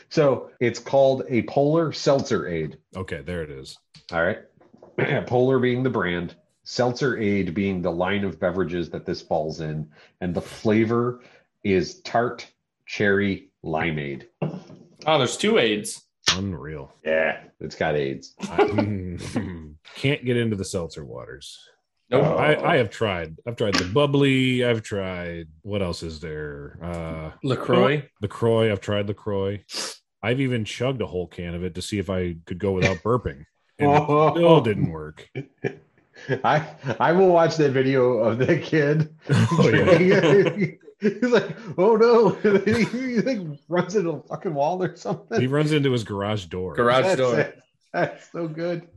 So it's called a Polar Seltzer Aid.
Okay, there it is.
All right. Polar being the brand, Seltzer Aid being the line of beverages that this falls in, and the flavor is tart cherry limeade.
Oh, there's two aids.
Unreal.
Yeah, it's got AIDS.
I- can't get into the seltzer waters.
Nope.
Oh.
I, I have tried. I've tried the bubbly. I've tried. What else is there? Uh,
Lacroix.
LaCroix. I've tried LaCroix. I've even chugged a whole can of it to see if I could go without burping. And it still didn't work.
I I will watch that video of that kid.
Oh, yeah.
He's like, oh no, he like runs into a fucking wall or something.
He runs into his garage door.
Garage
That's
door.
it. That's so good.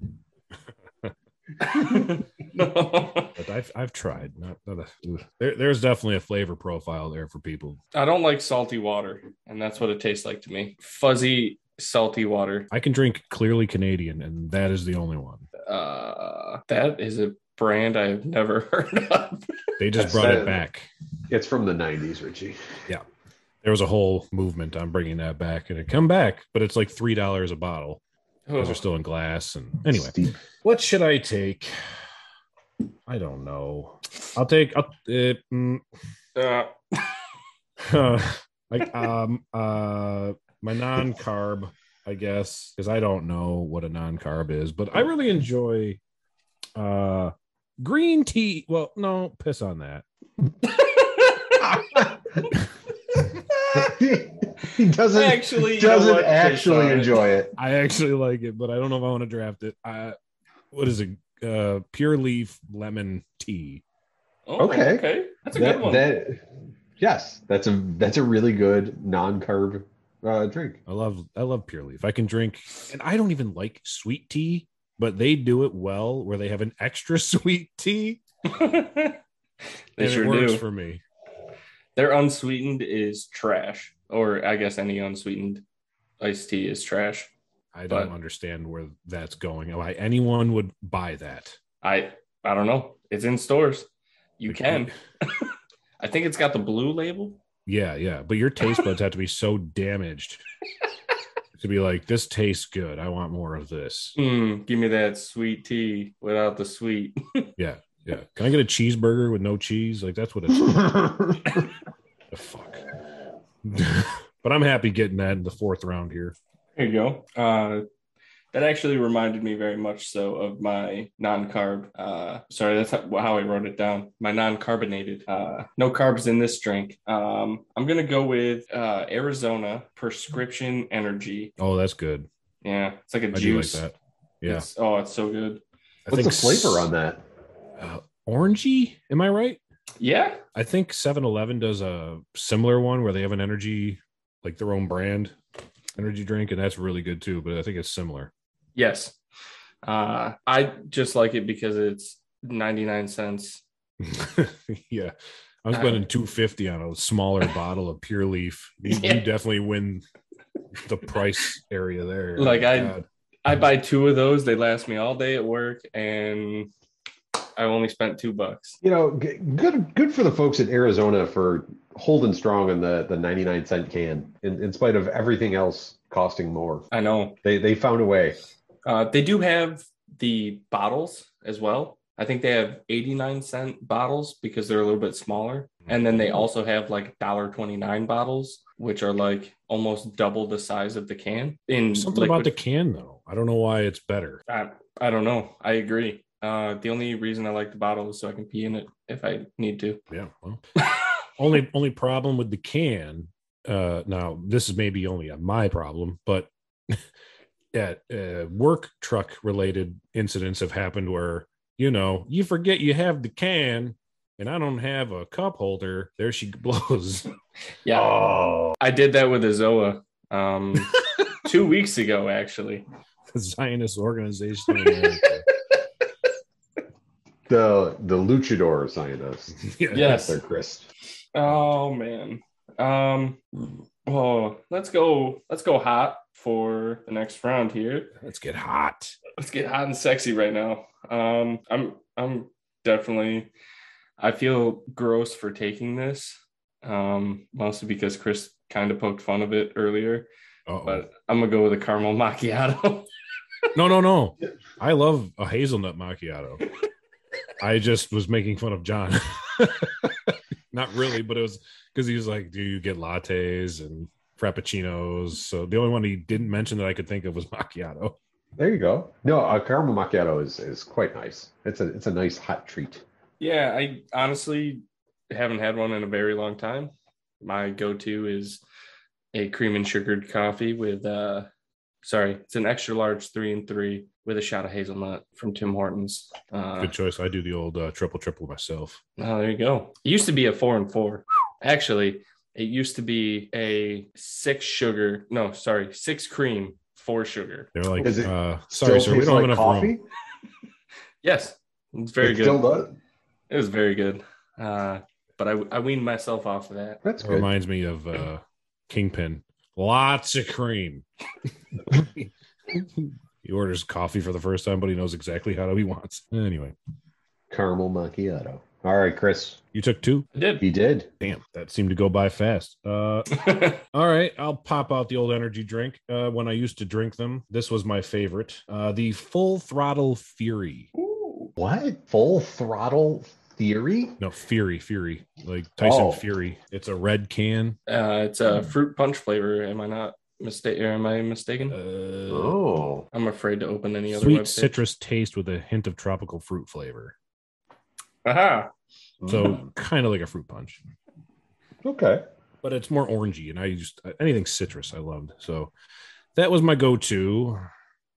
But I've, I've tried. Not, not a, ugh. there, there's definitely a flavor profile there for people.
I don't like salty water, and that's what it tastes like to me. Fuzzy, salty water.
I can drink clearly Canadian, and that is the only one.
Uh, that is a brand I have never heard of.
They just
That's
brought
sad.
it back.
It's from the '90s, Richie.
There was a whole movement on bringing that back, and it come back, but it's like three dollars a bottle. Those are
Oh.
still in glass. And anyway,
Steep.
what should I take? I don't know. I'll take. I'll, uh, mm,
Uh,
like um uh my non-carb, I guess, because I don't know what a non-carb is, but I really enjoy uh green tea. Well, no, piss on that.
he doesn't
actually, you know
doesn't
what?
actually
Sorry.
enjoy it.
I actually like it, but I don't know if I want to draft it. I, what is it? Uh, pure leaf lemon tea.
Oh,
Okay.
okay. That's a
That-
good one.
that- yes, that's a that's a really good non-carb uh, drink.
I love I love pure leaf. I can drink, and I don't even like sweet tea, but they do it well where they have an extra sweet tea.
they
and
sure
it works
do.
for me.
Their unsweetened is trash, or I guess any unsweetened iced tea is trash.
I don't
But-
understand where that's going. Why anyone would buy that?
I I don't know. It's in stores. You
Like,
can. I think it's got the blue label.
Yeah, yeah. But your taste buds have to be so damaged to be like, this tastes good. I want more of this.
Mm, give me that sweet tea without the sweet.
Yeah. Can I get a cheeseburger with no cheese? Like that's what it's the fuck. but I'm happy getting that in the fourth round here.
There you go. Uh, that actually reminded me very much so of my non-carb. Uh, sorry, that's how, how I wrote it down. My non-carbonated, uh, no carbs in this drink. Um, I'm gonna go with uh, Arizona Prescription Energy.
Oh, that's good.
Yeah, it's like a
I
juice.
do like that. Yeah.
It's, oh, it's so good.
I
What's the
s-
flavor on that?
Uh, orangey? Am I right?
Yeah,
I think 7-Eleven does a similar one where they have an energy, like their own brand energy drink, and that's really good too. But I think it's similar.
Yes. Uh, I just like it because it's 99 cents.
yeah. I was
I-
spending 250 on a smaller bottle of pure leaf. You, you
Yeah.
definitely win the price area there. Oh
Like,
my
I-
God.
I buy two of those. They last me all day at work, and I only spent two bucks.
You know, g- good good for the folks in Arizona for holding strong on the the 99 cent can in, in spite of everything else costing more.
I know.
They they found a way.
Uh, they do have the bottles as well. I think they have 89 cent bottles because they're a little bit smaller. And then they also have like $1.29 bottles, which are like almost double the size of the can. In
Something about the can though. I don't know why it's better.
I, I don't know. I agree. Uh, the only reason I like the bottle is so I can pee in it if I need to.
Yeah. Well, only only problem with the can. Uh, now this is maybe only a my problem, but at uh, work truck related incidents have happened where you know you forget you have the can, and I don't have a cup holder. There she blows.
Yeah.
Oh,
I did that with a Zoa um, two weeks ago, actually.
the Zionist organization. in America.
the the luchador scientist.
Yeah.
Yes.
They're Chris.
Oh man. Um. Oh, let's go. Let's go hot for the next round here.
Let's get hot.
Let's get hot and sexy right now. Um. I'm. I'm definitely. I feel gross for taking this. Um. Mostly because Chris kind of poked fun of it earlier,
Uh-oh.
but I'm gonna go with a caramel macchiato.
No, no, no. I love a hazelnut macchiato. I just was making fun of John. Not really, but it was because he was like, Do you get lattes and frappuccinos? So the only one he didn't mention that I could think of was macchiato.
There you go. No, a caramel macchiato is is quite nice. It's a it's a nice hot treat.
Yeah, I honestly haven't had one in a very long time. My go-to is a cream and sugared coffee with uh sorry, it's an extra large three and three with a shot of hazelnut from Tim Hortons. Uh
Good choice. I do the old uh, triple triple myself.
oh, there you go. It used to be a four and four. Actually, it used to be a six sugar, no, sorry, six cream, four sugar.
They're like,
Is it
uh, Sorry, sir, we don't have enough room.
Yes, it's very
it
good.
Still does.
It was very good. Uh but I, I weaned myself off of that.
That's
It
good.
reminds me of uh, Kingpin. Lots of cream. he orders coffee for the first time, but he knows exactly how he wants. Anyway,
caramel macchiato. All right, Chris.
you took two.
I did.
He did.
Damn, that seemed to go by fast. Uh, all right, I'll pop out the old energy drink. Uh, when I used to drink them, this was my favorite. Uh, the Full Throttle Fury.
What? Full throttle theory?
No, Fury, Fury, like Tyson
Oh.
Fury. It's a red can.
Uh, it's
Mm.
a fruit punch flavor. Am I not mistaken? Am I mistaken?
Uh,
Oh.
I'm afraid to open any other
sweet
website.
citrus taste with a hint of tropical fruit flavor.
Aha!
Mm.
So kind of like a fruit punch,
okay.
but it's more orangey. And I used anything citrus. I loved so that was my go-to.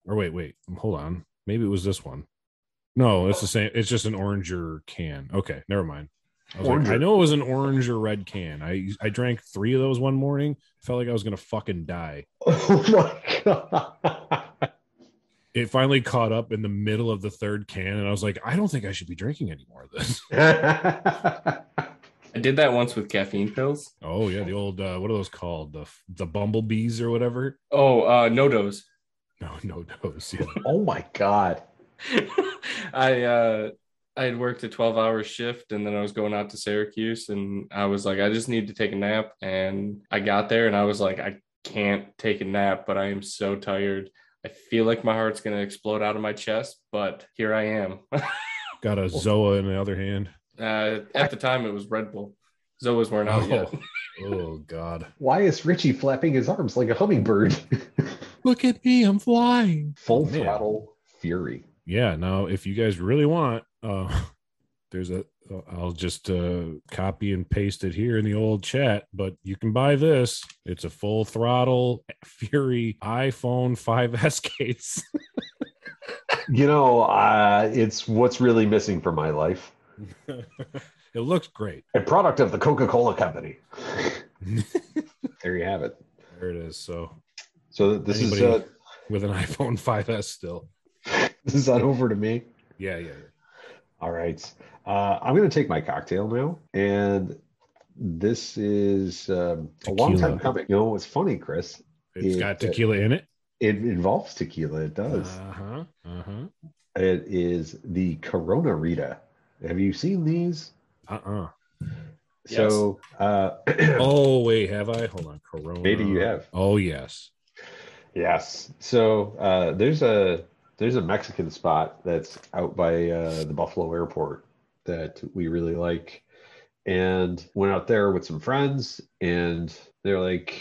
Or wait, wait, hold on. Maybe it was this one. No, it's the same. It's just an oranger can. Okay, never mind. I, was like,
Oranger.
I know it was an orange or red can. I I drank three of those one morning. Felt like I was gonna fucking die.
Oh my god.
It finally caught up in the middle of the third can, and I was like, I don't think I should be drinking any more of this.
I did that once with caffeine pills.
Oh yeah, the old uh, what are those called? The the bumblebees or whatever?
Oh, uh, no dose.
No, no dose. Yeah.
oh my god.
I uh, I had worked a 12 hour shift and then I was going out to Syracuse and I was like, I just need to take a nap. And I got there and I was like, I can't take a nap, but I am so tired. I feel like my heart's gonna explode out of my chest, but here I am.
Got a Zoa in the other hand.
Uh, at the time, it was Red Bull. Zoas weren't out yet.
Oh, oh God.
Why is Richie flapping his arms like a hummingbird?
Look at me, I'm flying.
Full
Man.
throttle fury.
Yeah. Now, if you guys really want, uh, there's a. I'll just uh, copy and paste it here in the old chat. But you can buy this. It's a full throttle Fury iPhone 5S case.
You know, uh, it's what's really missing from my life.
it looks great.
A product of the Coca-Cola company. there you have it.
There it is. So
So this is
Anybody-
uh,
with an iPhone 5S still.
this is on over to me.
Yeah, yeah.
All right. Uh, I'm going to take my cocktail now. And this is um, a long
Tequila.
time coming. You know, what's funny, Chris?
yeah. It's
Yeah.
got tequila in it.
It involves tequila. It does.
huh. Uh huh.
it is the Corona Rita. Have you seen these?
Uh uh
So uh,
Oh wait, have I? Hold on. Corona.
maybe you have.
Oh yes.
Yes. So uh, there's a there's a Mexican spot that's out by uh, the Buffalo Airport that we really like, and went out there with some friends, and they're like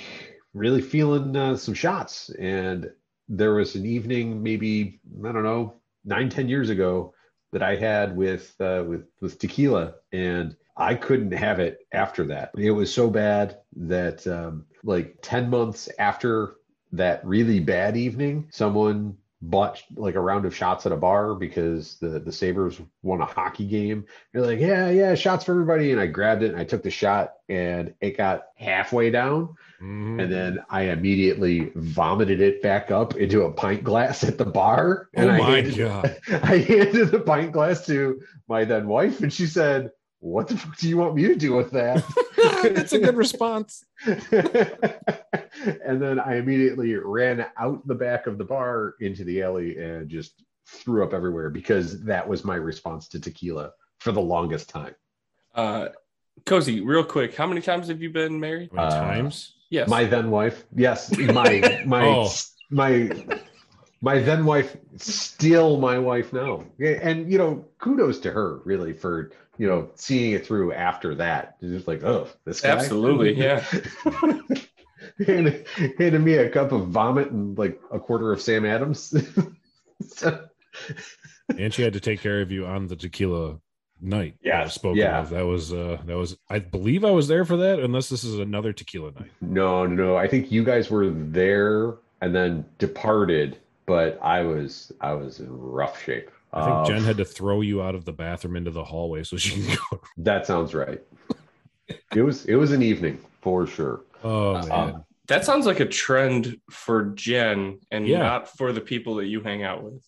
really feeling uh, some shots. And there was an evening, maybe I don't know, nine ten years ago, that I had with uh, with with tequila, and I couldn't have it after that. It was so bad that um, like ten months after that really bad evening, someone bought like a round of shots at a bar because the the Sabres won a hockey game. They're like, yeah, yeah, shots for everybody. And I grabbed it and I took the shot and it got halfway down.
Mhm.
And then I immediately vomited it back up into a pint glass at the bar.
Oh
And I
my
handed-
god.
I handed the pint glass to my then wife and she said, what the fuck do you want me to do with that?
That's a good response.
and then I immediately ran out the back of the bar into the alley and just threw up everywhere because that was my response to tequila for the longest time.
Uh, Cozy, real quick, how many times have you been married?
How many
Uh,
times?
Yes.
My then wife, yes, my my
Oh.
my my then wife, still my wife now. Yeah, And you know, kudos to her really for you know seeing it through after that. It's just like, oh, this guy.
Absolutely, yeah.
handed, handed me a cup of vomit and like a quarter of Sam Adams. So,
and she had to take care of you on the tequila night.
Yeah,
that was spoken
yeah.
of. That was uh that was I believe I was there for that, unless this is another tequila night.
no, no, no. I think you guys were there and then departed, but I was I was in rough shape.
I think
Uh,
Jen had to throw you out of the bathroom into the hallway so she can go.
that sounds right. it was it was an evening for sure.
Oh
Uh,
man.
um,
That sounds like a trend for Jen and
Yeah.
not for the people that you hang out with.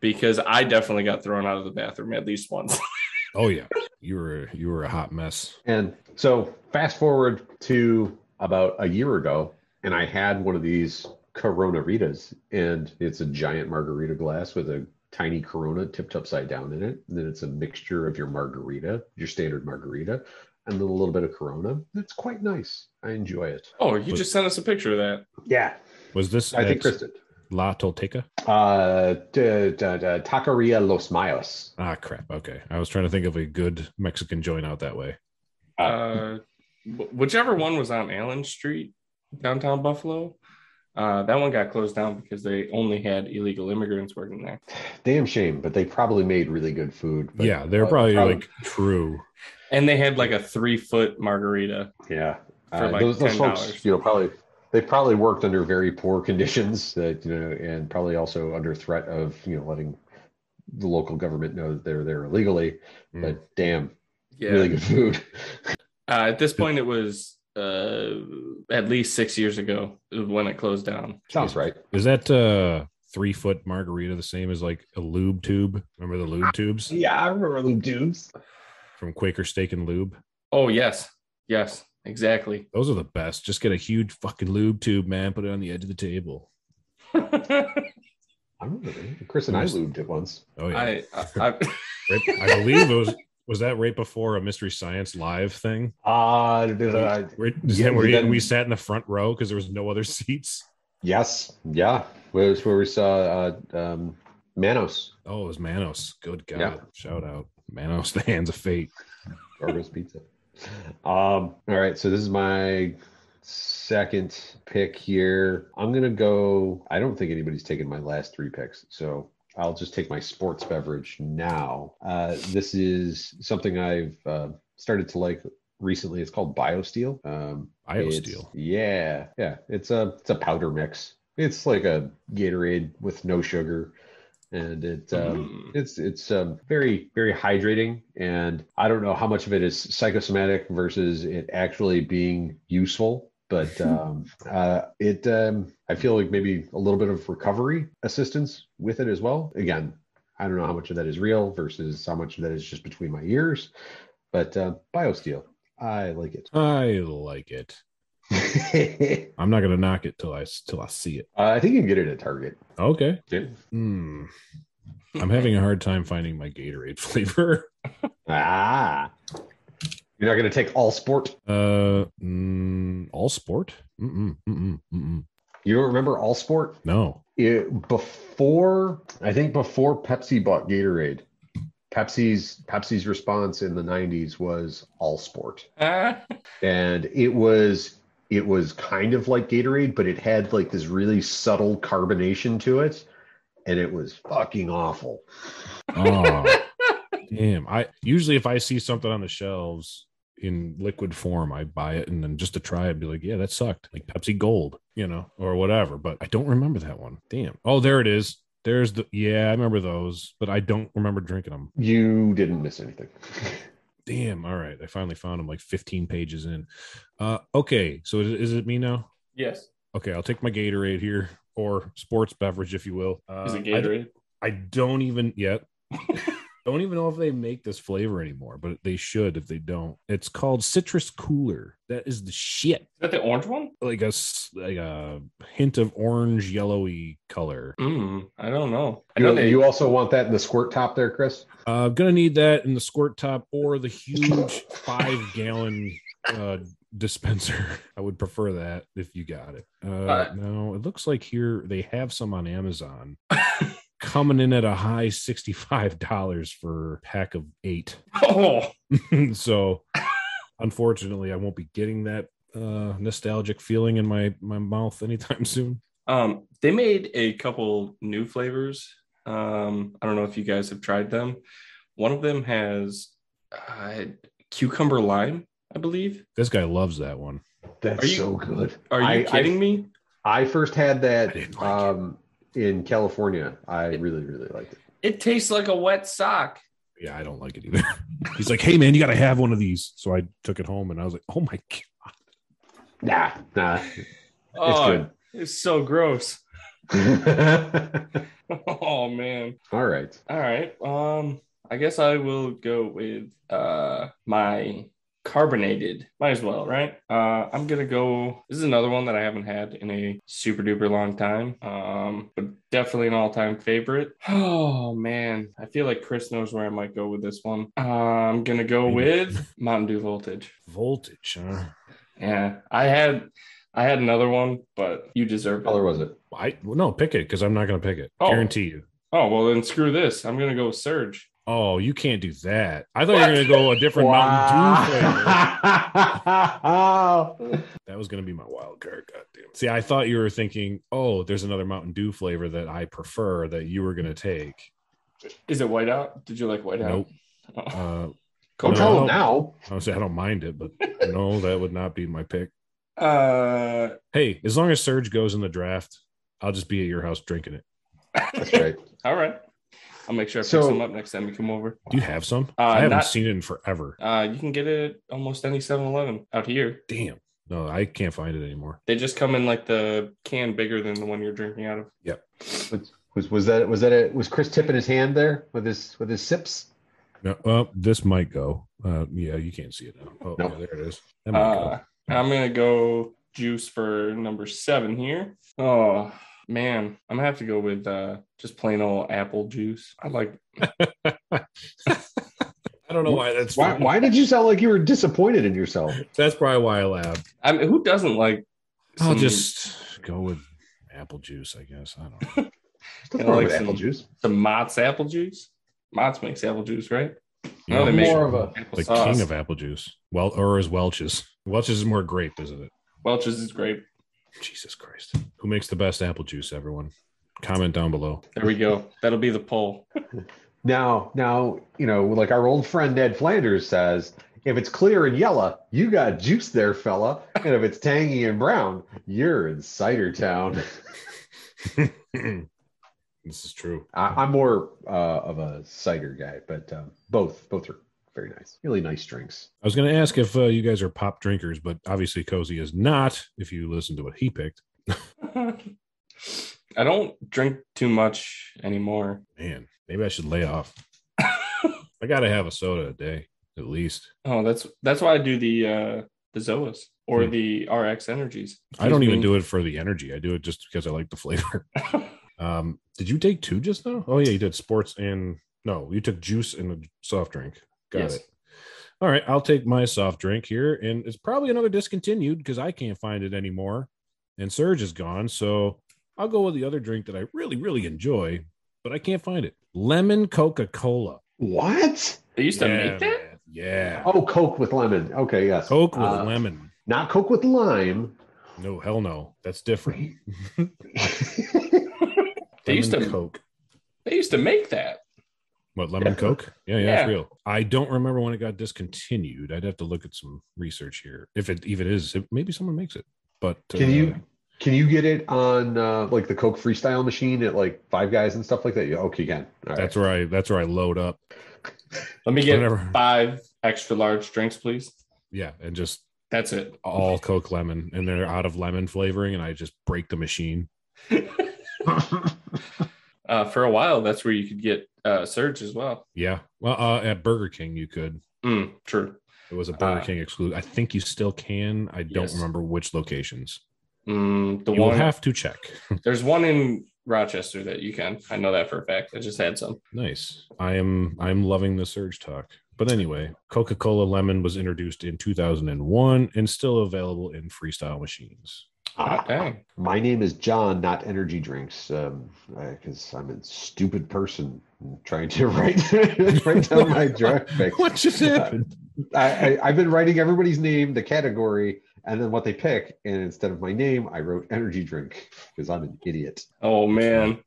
Because I definitely got thrown out of the bathroom at least once.
oh yeah. You were you were a hot mess.
And so fast forward to about a year ago, and I had one of these Corona Ritas, and it's a giant margarita glass with a tiny Corona tipped upside down in it. And then it's a mixture of your margarita, your standard margarita, and then a little bit of Corona. It's quite nice. I enjoy it.
Oh, you just sent us a picture of that.
Yeah,
Was this
I think
at
Kristen.
La Tolteca?
Uh, da, da, da, Taqueria Los Mayos.
Ah crap. Okay. I was trying to think of a good Mexican joint out that way.
Uh, wh- whichever one was on Allen Street, downtown Buffalo, uh, that one got closed down because they only had illegal immigrants working there.
Damn shame, but they probably made really good food. but-
yeah, they're
uh,
probably
prob-
like true.
And they had like a three foot margarita.
Yeah,
For
Uh,
like
those, those
$10.
folks, you know, probably they probably worked under very poor conditions that you know, and probably also under threat of you know letting the local government know that they're there illegally.
Mm.
But damn,
Yeah.
really good food.
Uh, at this point, it was uh, at least six years ago when it closed down.
Sounds right.
Is that uh three foot margarita the same as like a lube tube? Remember the lube tubes
Yeah, I remember them dudes.
from Quaker Steak and Lube?
Oh, yes. Yes, exactly.
Those are the best. Just get a huge fucking lube tube, man. Put it on the edge of the table.
I remember them. Chris and I
Yes.
lubed it once.
Oh yeah.
I, I, I,
Right- I believe it was was that right before a Mystery Science Live thing.
Ah,
Where, is
Yeah,
that where
we
you-
did.
we sat in the front row because there was no other seats.
yes, yeah. Where was where we saw uh, um, Manos
Oh, it was Manos. Good God.
Yeah.
Shout out. Manos, the hands of fate.
Gargoyle's Pizza. Um, all right, so this is my second pick here. I'm gonna go. I don't think anybody's taken my last three picks, so I'll just take my sports beverage now. Uh, this is something I've uh, started to like recently. It's called BioSteel. Um, it's-
BioSteel.
Yeah, yeah. It's a it's a powder mix. It's like a Gatorade with no sugar, and it. Um,
Mm.
it's it's um, very very hydrating, and I don't know how much of it is psychosomatic versus it actually being useful. But um, uh, it, um, I feel like maybe a little bit of recovery assistance with it as well. Again, I don't know how much of that is real versus how much of that is just between my ears. But uh, BioSteel, I like it.
I like it.
uh,
I'm not gonna knock it till I till I see it.
I think you can get it at Target.
Okay.
Yeah.
Hmm. I'm having a hard time finding my Gatorade flavor.
Ah, you're not going to take all sport.
Uh, mm, all sport? Mm-mm, mm-mm, mm-mm.
You don't remember all sport?
No.
It, before I think before Pepsi bought Gatorade, Pepsi's Pepsi's response in the '90s was all sport,
Ah,
and it was it was kind of like Gatorade, but it had like this really subtle carbonation to it, and it was fucking awful.
Oh, damn. I usually if I see something on the shelves in liquid form, I buy it and then just to try it, be like, yeah, that sucked, like Pepsi Gold, you know, or whatever. But I don't remember that one. Damn. Oh, there it is. There's the yeah, I remember those, but I don't remember drinking them.
You didn't miss anything.
Damn. All right, I finally found them like 15 pages in. Uh, okay, so is, is it me now?
yes.
Okay, I'll take my Gatorade here or sports beverage, if you will. Uh,
Is it
I-
Gatorade?
I don't even yet. don't even know if they make this flavor anymore, but they should if they don't. It's called citrus cooler. That is the shit.
Is that the orange one?
Like a s- like a hint of orange yellowy color.
Mm, I don't know. I know
You,
they,
you also want that in the squirt top there, Chris?
Uh, I'm gonna need that in the squirt top or the huge five gallon uh, dispenser. I would prefer that if you got it. Uh,
Uh,
no, it looks like here they have some on Amazon. Coming in at a high $65 for a pack of eight.
oh,
so unfortunately i won't be getting that uh nostalgic feeling in my my mouth anytime soon
um, they made a couple new flavors. Um, I don't know if you guys have tried them. One of them has uh, cucumber lime, I believe.
this guy loves that one
That's
Are you-
so good.
Are you
I- I-
kidding me?
I first had
I didn't
that
like it.
um, in California. I really, really liked it.
It tastes like a wet sock.
yeah i don't like it either he's like hey man you gotta have one of these so i took it home and i was like oh my god
Nah, nah,
Oh,
it's
it's so gross.
good.
Oh man.
All right.
All right. Um, I guess I will go with uh my carbonated. Might as well, right? Uh, I'm gonna go. This is another one that I haven't had in a super duper long time. Um, but definitely an all time favorite. Oh man, I feel like Chris knows where I might go with this one. Uh, I'm gonna go with Mountain Dew Voltage.
voltage huh?
Yeah, I had, I had another one, but you deserve
What
it.
color was it?
i well, no pick it because i'm not gonna pick it
Oh.
guarantee you
Oh well, then screw this. I'm gonna go with Surge.
oh you can't do that i thought
What?
you were gonna go a different mountain dew flavor That was going to be my wild card. Goddamn. See, I thought you were thinking, oh, there's another Mountain Dew flavor that I prefer that you were going to take.
Is it whiteout? Did you like whiteout?
Nope.
Oh.
Uh,
Don't
No.
tell him now.
I would say I don't mind it, but no, that would not be my pick.
Uh,
Hey, as long as Surge goes in the draft, I'll just be at your house drinking it.
That's right.
all right. I'll make sure I fix
So-
them up next time you come over.
Do you have some?
Uh,
I haven't
not-
seen it in forever.
Uh, you can get it at almost any 7-Eleven out here.
Damn. No, I can't find it anymore.
They just come in like the can bigger than the one you're drinking out of.
Yep.
Was was that was that it? Was Chris tipping his hand there with his with his sips?
No, well, this might go. Uh, yeah, you can't see it now. Oh,
Nope.
yeah, there it is. That might
Uh,
go.
I'm gonna go juice for number seven here. Oh man, I'm gonna have to go with uh just plain old apple juice. I like
I don't know why that's
Why,
funny.
why did you sound like you were disappointed in yourself?
That's probably why I laughed.
I mean who doesn't like
I'll
Um,
some-
just go with apple juice, I guess. I don't know.
What's wrong
Kinda like
with apple
some-
juice?
some Mott's apple juice? Mott's makes apple juice, right?
You
No,
know,
they make
More of a-
apple
the
sauce.
king of apple juice. Well, or is Welch's? Welch's is more grape, isn't it?
Welch's is great.
Jesus Christ! Who makes the best apple juice? Everyone, comment down below.
There we go. That'll be the poll.
Now, now, you know, like our old friend Ned Flanders says, if it's clear and yellow, you got juice there, fella. And if it's tangy and brown, you're in cider town.
this is true.
I, I'm more uh, of a cider guy, but um, both both are very nice, really nice drinks.
I was going to ask if uh, you guys are pop drinkers, but obviously Cozy is not. If you listen to what he picked,
I don't drink too much anymore.
man, maybe I should lay off. I got to have a soda a day at least.
Oh, that's that's why I do the uh the Zoas or
Hmm.
the RX energies.
I don't even do it for the energy. I do it just because I like the flavor. Um, did you take two just now? Oh yeah, you did sports and no, you took juice and a soft drink. Got
Yes.
it. All right, I'll take my soft drink here, and it's probably another discontinued because I can't find it anymore, and Surge is gone. So I'll go with the other drink that I really, really enjoy, but I can't find it. Lemon Coca Cola.
What?
They used to make that.
Yeah,
Oh, Coke with lemon. Okay, yes.
Coke with
Uh,
lemon.
Not Coke with lime.
No, hell no, that's different.
They used
Lemon
to-
Coke.
They used to make that.
What lemon
Yeah.
coke? Yeah, yeah,
Yeah.
it's real. I don't remember when it got discontinued. I'd have to look at some research here. If it even is, if maybe someone makes it. But
Can you
uh,
can you get it on uh, like the Coke freestyle machine at like Five Guys and stuff like that? Yeah, okay, you can. All right.
uh, That's where I. That's where I load up.
Let me get
Whenever-
five extra large drinks, please.
Yeah, and just
That's it.
all Coke lemon, and they're out of lemon flavoring, and I just break the machine.
Uh, for a while, that's where you could get uh, Surge as well.
Yeah. Well, uh, at Burger King you could.
Mm, true.
It was a Burger
Uh,
King exclusive. I think you still can. I don't
Yes.
remember which locations.
Mm, the
You will
one
have to check.
there's one in Rochester that you can. I know that for a fact. I just had some.
Nice. I am I'm loving the surge talk. But anyway, Coca-Cola Lemon was introduced in 2001 and still available in freestyle machines. Ah.
Hot dang.
My name is John, not energy drinks, because I'm a stupid person trying to write write down my drug picks.
What just happened?
I, I, I've been writing everybody's name, the category, and then what they pick. And instead of my name, I wrote energy drink because I'm an idiot.
Oh man.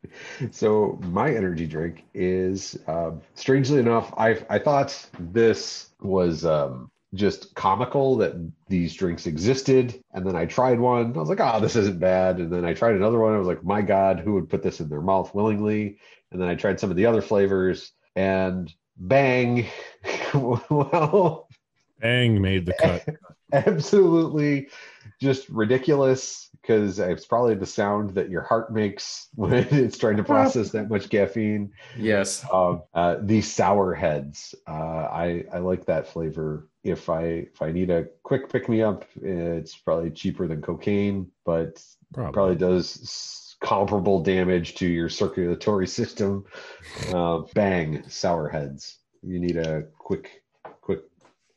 So my energy drink is, uh, strangely enough, I I thought this was um, just comical that these drinks existed, and then I tried one. I was like, oh, this isn't bad. And then I tried another one. I was like, my God, who would put this in their mouth willingly? And then I tried some of the other flavors, and bang, well.
Bang made the cut.
absolutely just ridiculous because it's probably the sound that your heart makes when it's trying to process that much caffeine.
Yes.
Um, uh, the sour heads, uh, I I like that flavor. If I if I need a quick pick me up, it's probably cheaper than cocaine, but
Probably.
probably does s- comparable damage to your circulatory system. Uh, bang, sour heads. You need a quick quick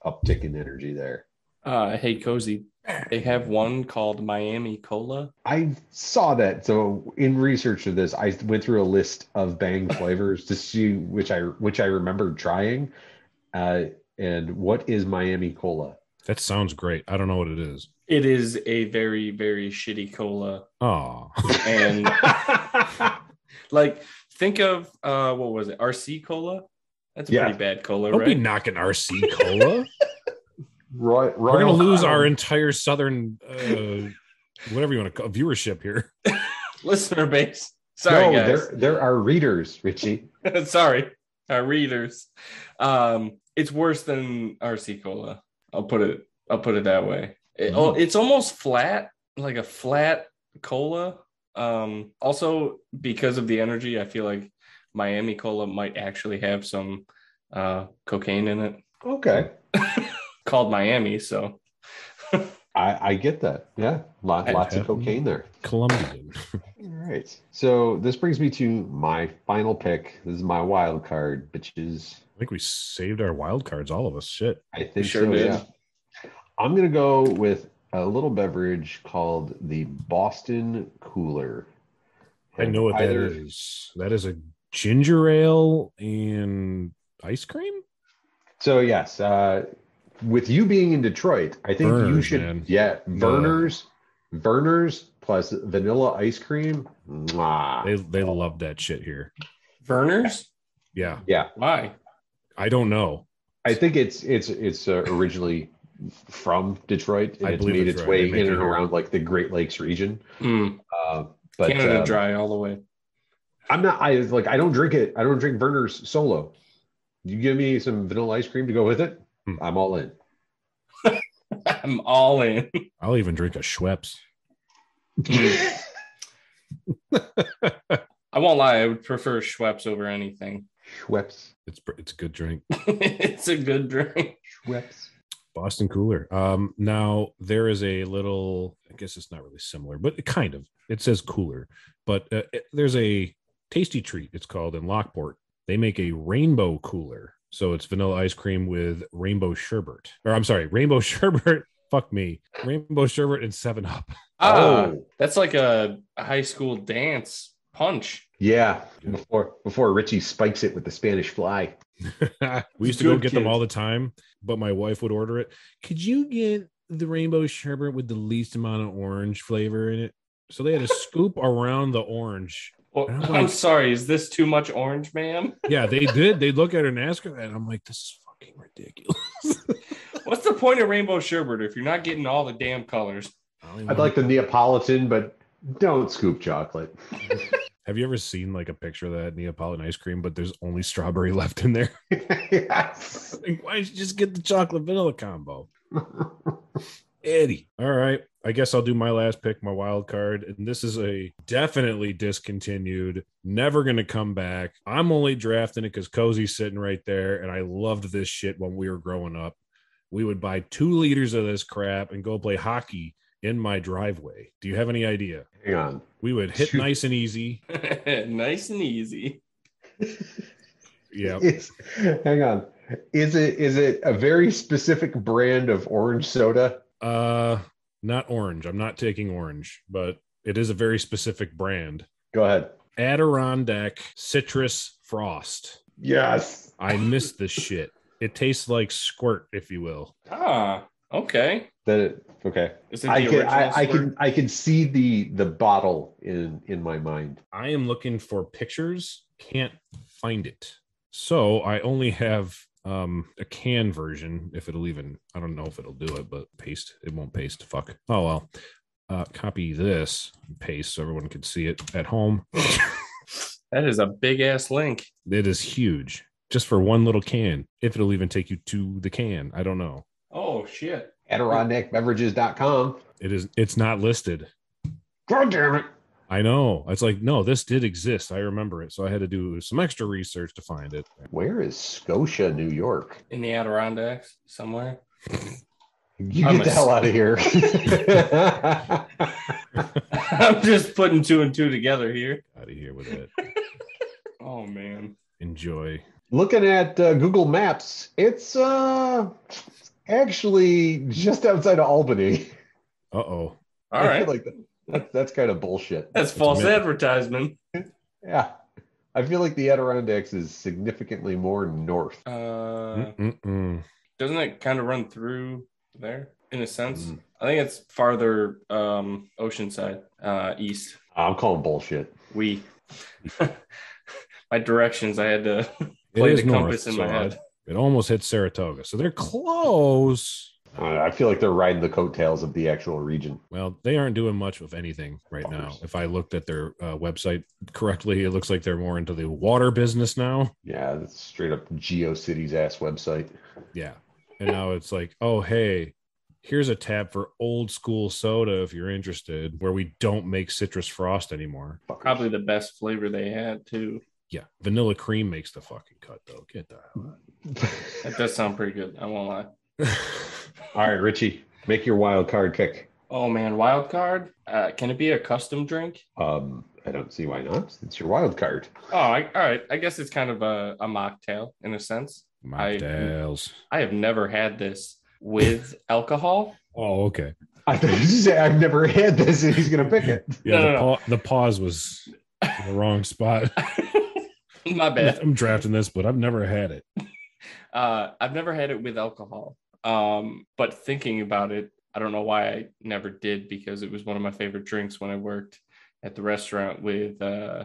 uptick in energy there.
Uh, hey, cozy. They have one called Miami Cola.
I saw that. So in research of this, I went through a list of Bang flavors to see which I which I remembered trying. Uh, and what is Miami Cola?
That sounds great. I don't know what it is.
It is a very very shitty cola,
Oh.
and like think of uh, what was it? RC Cola. That's a
Yeah.
pretty bad cola,
Don't be
right?
knocking RC Cola.
Roy, Royal
We're going to lose
Crown.
our entire southern uh, whatever you want to call viewership here.
Listener base. Sorry,
no,
guys.
there there are readers, Richie.
Sorry, our readers. Um, it's worse than RC Cola. I'll put it. I'll put it that way. It- oh,
Mm.
it's almost flat, like a flat cola. Um, also, because of the energy, I feel like Miami Cola might actually have some uh, cocaine in it,
Okay,
called Miami. So
I, I get that. Yeah, lot,
I-
lots of cocaine there.
Colombian.
All right. So this brings me to my final pick. This is my wild card, bitches.
I think we saved our wild cards, all of us. Shit.
I think
sure
so,
did.
yeah. I'm gonna go with a little beverage called the Boston Cooler.
I know what
Either-
that is. That is a ginger ale and ice cream.
So yes, uh, with you being in Detroit, I think you
Burners,
should.
man.
Yeah,
Yeah.
Verners, Verners plus vanilla ice cream. Mwah.
They they love that shit here.
Verner's.
Yeah,
yeah,
Why?
I don't know.
I think it's it's it's uh, originally from Detroit and
I
it's
believe
made
it's
its
right.
way
They make
in
it
and
here.
around like the Great Lakes region.
Mm,
Uh, but
Canada
um,
Dry all the way.
I'm not. I like. I don't drink it. I don't drink Verner's solo. You give me some vanilla ice cream to go with it.
Hmm.
I'm all in.
I'm all in.
I'll even drink a Schweppes.
I won't lie. I would prefer Schweppes over anything.
Schweppes.
It's pr- it's a good drink.
it's a good drink.
Schweppes.
Boston Cooler. Um, now there is a little, I guess it's not really similar, but it kind of. It says cooler, but uh, it- there's a tasty treat. It's called in Lockport. They make a rainbow cooler, so it's vanilla ice cream with rainbow sherbet. Or I'm sorry, rainbow sherbet. Fuck me, rainbow sherbet and Seven Up.
Oh.
Ah, that's like a high school dance punch.
Yeah, before before Richie spikes it with the Spanish fly.
we used to go
Good
get them
kid.
all the time, but my wife would order it. Could you get the rainbow sherbet with the least amount of orange flavor in it? So they had a scoop around the orange.
Well,
I'm
Oh, I'm
like-
sorry, is this too much orange, ma'am?
Yeah, they did. They'd look at her and ask her that. and I'm like, this is fucking ridiculous.
What's the point of rainbow sherbet if you're not getting all the damn colors?
I don't
I'd
even wanna-
like the Neapolitan, but don't scoop chocolate.
Have you ever seen like a picture of that Neapolitan ice cream, but there's only strawberry left in there?
yes.
Like, why don't you just get the chocolate vanilla combo? Eddie. All right. I guess I'll do my last pick, my wild card. And this is a definitely discontinued, never going to come back. I'm only drafting it because Cozy's sitting right there. And I loved this shit when we were growing up. We would buy two liters of this crap and go play hockey in my driveway. Do you have any idea?
Hang on.
We would hit
Shoot.
nice and easy.
nice and easy.
Yeah.
Is- hang on. Is it is it a very specific brand of orange soda?
Uh, not orange. I'm not taking orange, but it is a very specific brand.
Go ahead.
Adirondack Citrus Frost.
Yes.
I miss this shit. It tastes like squirt, if you will.
Ah, okay.
Then it, okay.
Is it
I
the
can
original
I, I
squirt?
can I can see the the bottle in in my mind.
I am looking for pictures, can't find it. So I only have um a can version if it'll even I don't know if it'll do it, but paste. It won't paste. Fuck. Oh well. Uh copy this and paste so everyone can see it at home.
That is a big ass link.
It is huge. Just for one little can. If it'll even take you to the can. I don't know.
Oh shit.
AdirondackBeverages.com.
It is it's not listed.
God damn it.
I know. It's like, no, this did exist. I remember it. So I had to do some extra research to find it.
Where is Scotia, New York?
In the Adirondacks somewhere.
You
I'm
get the
a-
hell out of here.
I'm just putting two and two together here.
Out of here with it.
Oh man.
Enjoy.
Looking at uh, Google Maps, it's uh actually just outside of Albany.
Uh oh.
All
I feel
right.
like that, that's- that's kind of bullshit.
That's false
amazing.
advertisement.
Yeah. I feel like the Adirondacks is significantly more north.
Uh
Mm-mm-mm.
doesn't it kind of run through there in a sense?
Mm.
I think it's farther um oceanside, uh east.
I'm calling bullshit.
We my directions I had to
It
play
is
the compass
north.
in
so
my head.
It almost hit Saratoga. So they're close.
I don't know, Uh, I feel like they're riding the coattails of the actual region.
Well, they aren't doing much of anything right now. If I looked at their uh, website correctly, it looks like they're more into the water business now.
Yeah, that's straight up GeoCities ass website.
Yeah. And now it's like, oh, hey, here's a tab for old school soda if you're interested, where we don't make citrus frost anymore.
Fuckers.
Probably the best flavor they had too.
Yeah, vanilla cream makes the fucking cut though. Get the hell
That does sound pretty good. I won't lie.
out.
All right, Richie, make your wild card pick.
Oh man, wild card. Uh, can it be a custom drink?
Um, I don't see why not. It's your wild card.
Oh, I, all right. I guess it's kind of a, a mocktail in a sense.
Mocktails.
I have never had this with alcohol.
Oh, okay.
I thought you were gonna say, I've never had this, and he's going to pick it.
Yeah,
No,
the,
no,
Pa- the pause was in the wrong spot.
My bad.
I'm drafting this, but I've never had it.
Uh, I've never had it with alcohol. Um, but thinking about it, I don't know why I never did because it was one of my favorite drinks when I worked at the restaurant with uh,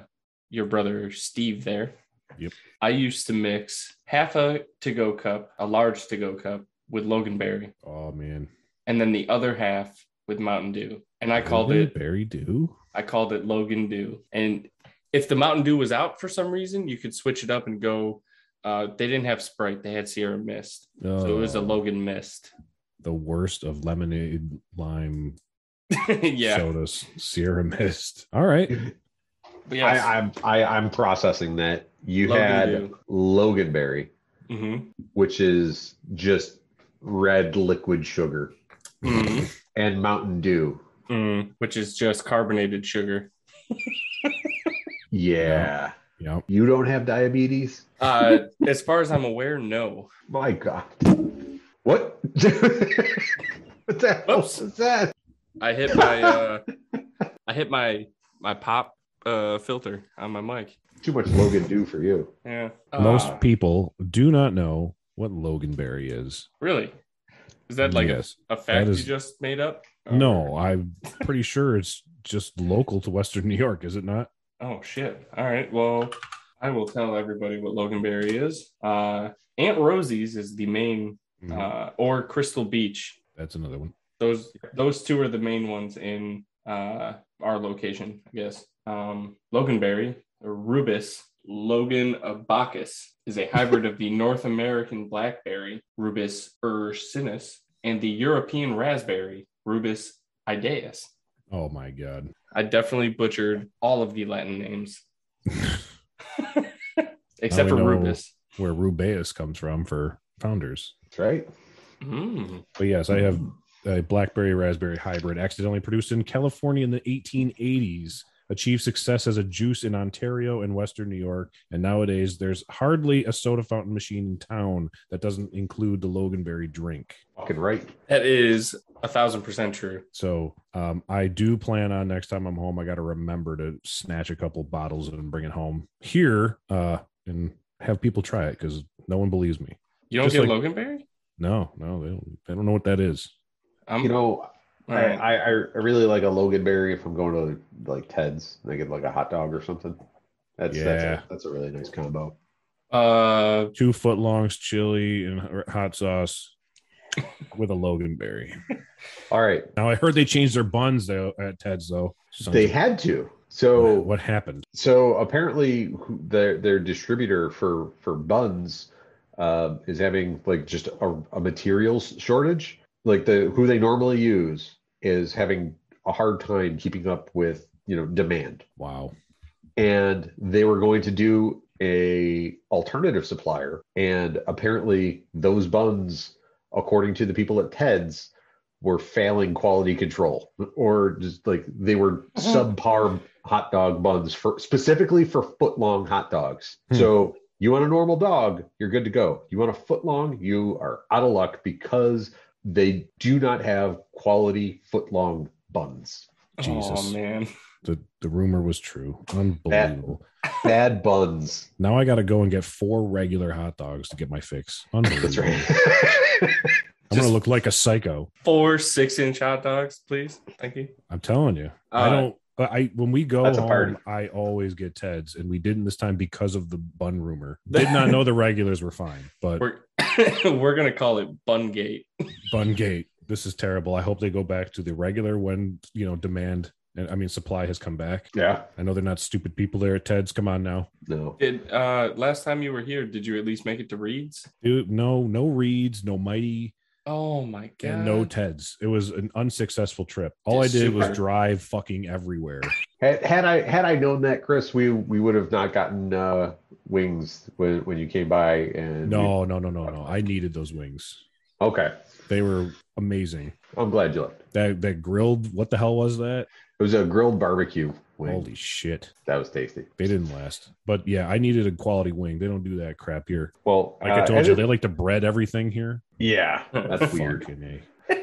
your brother Steve there.
Yep.
I used to mix half a to go cup, a large to go cup with Loganberry,
Oh man,
and then the other half with Mountain Dew. And I called it
Berry Dew.
I called it Logan Dew. And if the Mountain Dew was out for some reason, you could switch it up and go. Uh, they didn't have Sprite; they had Sierra Mist,
Oh,
so it was a Logan Mist.
The worst of lemonade, lime,
yeah,
sodas, Sierra Mist. All right,
but yes,
I, I'm I, I'm processing that. You
Logan
had
Dew.
Loganberry,
Mhm.
which is just red liquid sugar
Mm,
and Mountain Dew.
mm, which is just carbonated sugar.
Yeah.
Yep.
You don't have diabetes?
Uh, as far as I'm aware, no.
My God. What? What's that?
Oops.
What's that?
I hit my uh, I hit my my pop uh, filter on my mic.
Too much Logan Dew for you.
Yeah. Uh,
Most people do not know what Loganberry is.
really? Is that like
Yes.
a, a fact
that is-
you just made up? Oh.
No, I'm pretty sure it's just local to Western New York, is it not?
Oh shit. All right. Well, I will tell everybody what Loganberry is. Uh, Aunt Rosie's is the main, uh, or Crystal Beach.
That's another one.
Those those two are the main ones in uh, our location, I guess. Um, Loganberry, or Rubus Logan abacus, is a hybrid of the North American blackberry, Rubus ursinus, and the European raspberry, Rubus ideus.
Oh my god.
I definitely butchered all of the Latin names. Except for
Now we know.
Rubus.
Where Rubeus comes from for founders.
That's right.
Mm.
But yes, I have a blackberry raspberry hybrid accidentally produced in California in the 1880s, achieved success as a juice in Ontario and Western New York. And nowadays, there's hardly a soda fountain machine in town that doesn't include the Loganberry drink.
Fucking right.
That is a thousand percent true.
So um, I do plan on next time I'm home, I got to remember to snatch a couple bottles and bring it home here uh, and have people try it because no one believes me.
You don't
Just
get
like-
Loganberry?
No, no, they don't, they don't know what that is.
I'm,
You know,
Um, all
I,
right.
I, I really like a Loganberry if I'm going to like Ted's and I get like a hot dog or something. That's
Yeah.
that's, a, that's a really nice combo.
uh,
Two foot longs, chili, and hot sauce with a Loganberry.
All right.
Now I heard they changed their buns though at Ted's though. Sons
They
of-
had to. So
what happened?
So apparently, who- their their distributor for for buns uh, is having like just a, a materials shortage. Like the who they normally use is having a hard time keeping up with you know demand,
Wow.
and they were going to do a alternative supplier, and apparently those buns, according to the people at Ted's, were failing quality control or just like they were subpar hot dog buns for specifically for foot long hot dogs.
Hmm.
So you want a normal dog, you're good to go. You want a foot long, you are out of luck because they do not have quality foot long buns.
oh
Jesus.
man.
The the rumor was true. Unbelievable.
Bad buns.
Now I got to go and get four regular hot dogs to get my fix. Unbelievable.
That's right.
I'm
Just-
gonna look like a psycho.
Four six inch hot dogs, please. Thank you.
I'm telling you.
Uh,
I don't. but I when we go
That's a party.
home, I always get Ted's, and we didn't this time because of the bun rumor. Did not know the regulars were fine, but
We're we're gonna call it Bungate.
bun gate. This is terrible. I hope they go back to the regular when you know demand and I mean supply has come back.
yeah.
I know they're not stupid people there at Ted's. Come on now.
No.
Did uh last time you were here, did you at least make it to Reeds?
Dude, no, no reads, no mighty,
Oh my god.
and no Ted's. It was an unsuccessful trip. All
Just
I did
super-
was drive fucking everywhere.
Had, had I had I known that, Chris, we we would have not gotten uh, wings when when you came by. And
No, no, no, no, no. I needed those wings.
okay,
They were amazing.
I'm glad you left.
That that grilled, what the hell was that?
It was a grilled barbecue wing.
Holy shit.
That was tasty.
They didn't last. But yeah, I needed a quality wing. They don't do that crap here.
Well,
Like
uh,
I told you,
and
they
it-
like to bread everything here.
yeah, that's weird.
Fucking A.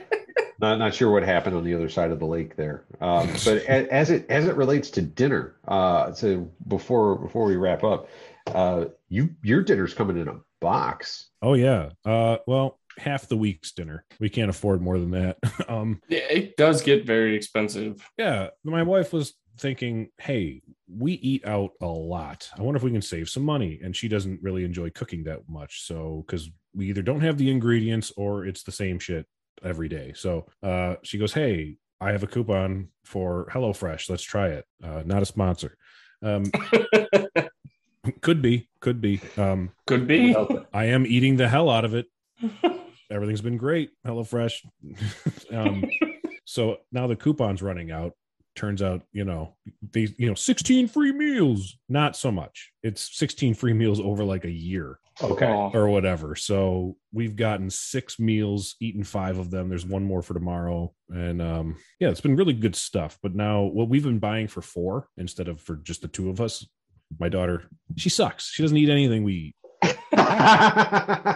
Not not sure what happened on the other side of the lake there. Um, but a, as it as it relates to dinner, uh, so before before we wrap up, uh, you your dinner's coming in a box.
Oh yeah. Uh well, half the week's dinner. We can't afford more than that. um
Yeah, it does get very expensive.
Yeah, my wife was thinking, "Hey, we eat out a lot. I wonder if we can save some money." And she doesn't really enjoy cooking that much, so because we either don't have the ingredients or it's the same shit every day. So uh, she goes, "Hey, I have a coupon for HelloFresh. Let's try it. Uh, not a sponsor. Um, could be, could be. Um,
Could be.
I am eating the hell out of it. Everything's been great. HelloFresh. um, so now the coupon's running out. turns out you know these you know 16 free meals not so much it's 16 free meals over like a year
Okay.
Aw.
or whatever. So we've gotten six meals, eaten five of them. There's one more for tomorrow. And um, yeah, it's been really good stuff. But now what we've been buying for four instead of for just the two of us, my daughter, she sucks. She doesn't eat anything we eat.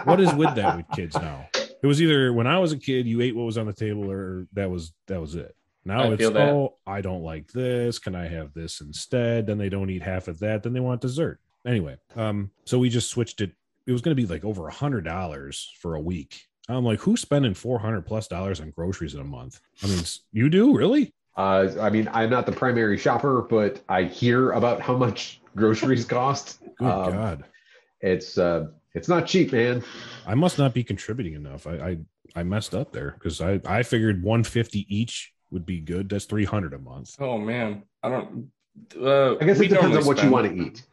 What is with that with kids now? It was either when I was a kid, you ate what was on the table, or that was that was it. Now
I
it's
feel that.
oh, I don't like this. Can I have this instead? Then they don't eat half of that. Then they want dessert. Anyway, um, so we just switched it. It was going to be like over a hundred dollars for a week. I'm like, who's spending four hundred plus dollars on groceries in a month? I mean, s- you do really?
Uh, I mean, I'm not the primary shopper, but I hear about how much groceries cost.
Good
Um,
God,
It's uh, it's not cheap, man.
I must not be contributing enough. I I, I messed up there because I I figured one fifty each would be good. That's three hundred a month.
Oh man, I don't. Uh,
I guess
we
it depends
normally
on what you
spend-
want to eat.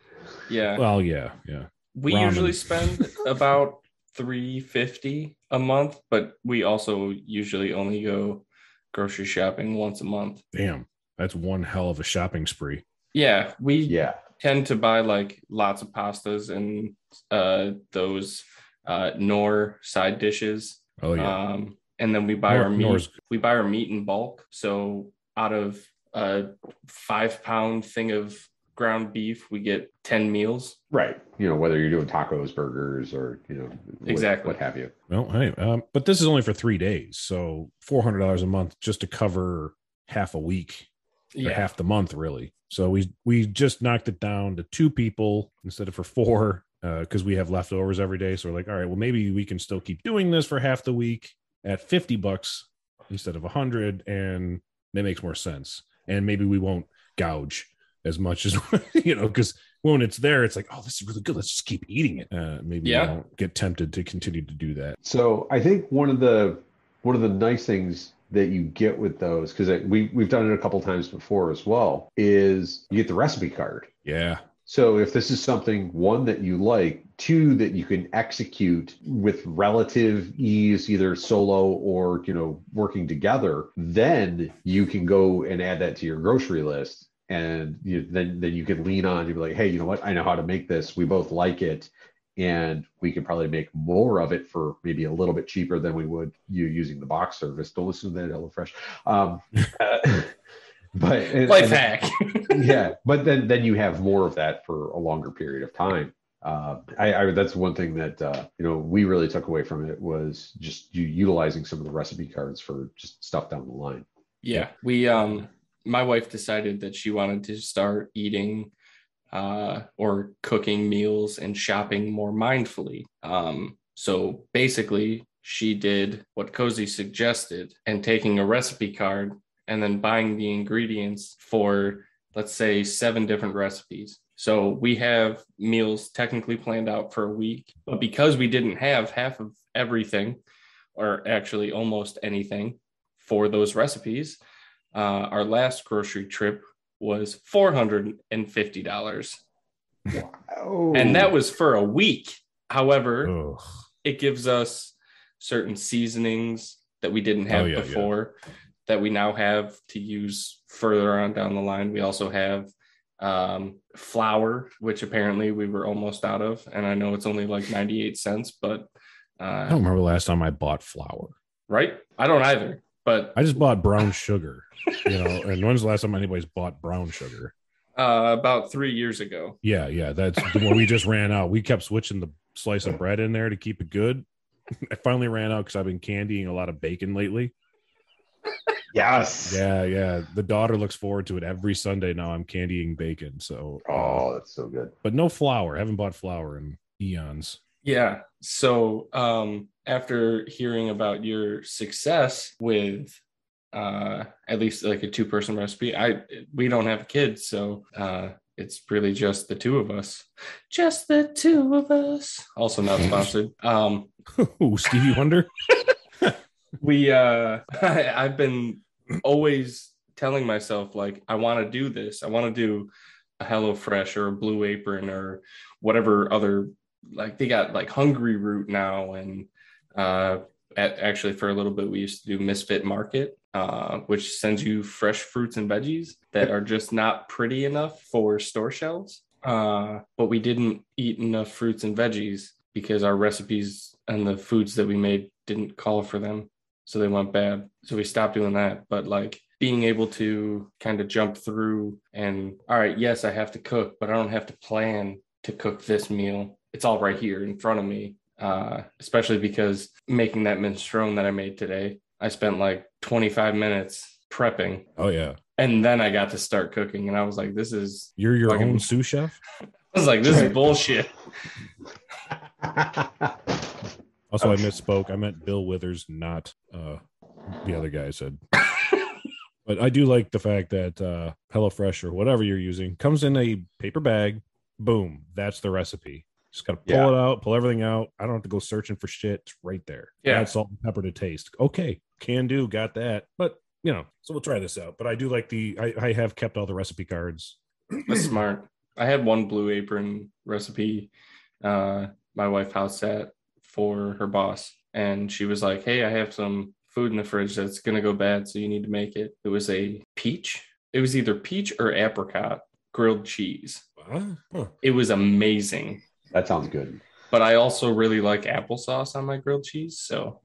Yeah,
Well, yeah, yeah.
we
ramen.
usually spend about three fifty a month, but we also usually only go grocery shopping once a month.
Damn, that's one hell of a shopping spree.
Yeah, we
Yeah.
tend to buy like lots of pastas and uh, those uh, Nor side dishes.
Oh yeah,
Um, and then we buy
Nor-
our meat.
Nor's-
We buy our meat in bulk. So out of a five pound thing of ground beef, we get ten meals.
Right. You know, whether you're doing tacos, burgers, or, you know, what-
Exactly.
what have you.
well, hey, um, but this is only for three days, so four hundred dollars a month just to cover half a week or
Yeah,
half the month, really. So we we just knocked it down to two people instead of for four because we have leftovers every day. So we're like, all right, well maybe we can still keep doing this for half the week at fifty bucks instead of a hundred, and that makes more sense. And maybe we won't gouge as much as you know because when it's there, it's like, oh, this is really good. Let's just keep eating it. Uh, maybe
Yeah.
we won't get tempted to continue to do that.
So I think one of the one of the nice things that you get with those, because we we've done it a couple times before as well, is you get the recipe card.
Yeah,
So if this is something one that you like, two that you can execute with relative ease, either solo or you know working together, then you can go and add that to your grocery list, and you, then then you can lean on and be like, hey, you know what? I know how to make this. We both like it, and we could probably make more of it for maybe a little bit cheaper than we would you using the box service. Don't listen to that HelloFresh. Um, uh, but and-
life
and-
hack.
yeah but then then you have more of that for a longer period of time uh, I, I that's one thing that uh, you know we really took away from it was just you utilizing some of the recipe cards for just stuff down the line
Yeah, we um my wife decided that she wanted to start eating uh or cooking meals and shopping more mindfully. Um so basically she did what Cozy suggested and taking a recipe card and then buying the ingredients for let's say seven different recipes. So we have meals technically planned out for a week, but because we didn't have half of everything or actually almost anything, for those recipes. Uh, our last grocery trip was four hundred and fifty dollars,
wow.
and that was for a week. However,
Ugh.
it gives us certain seasonings that we didn't have
Oh, yeah, yeah.
before that we now have to use further on down the line. We also have um, flour, which apparently we were almost out of, and I know it's only like ninety-eight cents, but
I
uh,
don't remember the last time I bought flour.
right? I don't either, but
I just bought brown sugar, you know. And when's the last time anybody's bought brown sugar?
uh, about three years ago,
Yeah, yeah, that's the one we just ran out. We kept switching the slice of bread in there to keep it good. I finally ran out because I've been candying a lot of bacon lately.
yes
Yeah, yeah. The daughter looks forward to it every Sunday now. I'm candying bacon, so uh,
oh that's so good
but no flour. I haven't bought flour in eons.
Yeah. So um, after hearing about your success with uh, at least like a two person recipe, I we don't have kids, so uh, it's really just the two of us. Just the two of us. Also not sponsored. Um,
Ooh, Stevie Wonder.
we uh I, i've been always telling myself like i want to do this i want to do a hello fresh or a blue apron or whatever other like they got like hungry root now and uh at, actually for a little bit we used to do misfit market uh, which sends you fresh fruits and veggies that are just not pretty enough for store shelves. Uh, but we didn't eat enough fruits and veggies because our recipes and the foods that we made didn't call for them. So they went bad. So we stopped doing that. But like being able to kind of jump through and, all right, yes, I have to cook, but I don't have to plan to cook this meal. It's all right here in front of me. Uh, especially because making that minestrone that I made today, I spent like 25 minutes prepping
Oh yeah,
and then I got to start cooking. And I was like, this is,
you're your
Fucking-
own sous chef.
I was like, this is bullshit.
Also,
Oh.
I misspoke. I meant Bill Withers, not uh, the other guy I said. but I do like the fact that uh, HelloFresh or whatever you're using comes in a paper bag. Boom, that's the recipe. Just gotta pull
Yeah.
it out, pull everything out. I don't have to go searching for shit. It's right there.
Yeah.
Add salt and pepper to taste. Okay, can do. Got that. But you know, so we'll try this out. But I do like the. I, I have kept all the recipe cards.
That's smart. I had one blue apron recipe uh, my wife house sat for her boss. And she was like, hey, I have some food in the fridge that's going to go bad. So you need to make it. It was a peach. It was either peach or apricot grilled cheese.
Huh? Uh, Huh.
It was amazing.
that sounds good.
But I also really like applesauce on my grilled cheese. So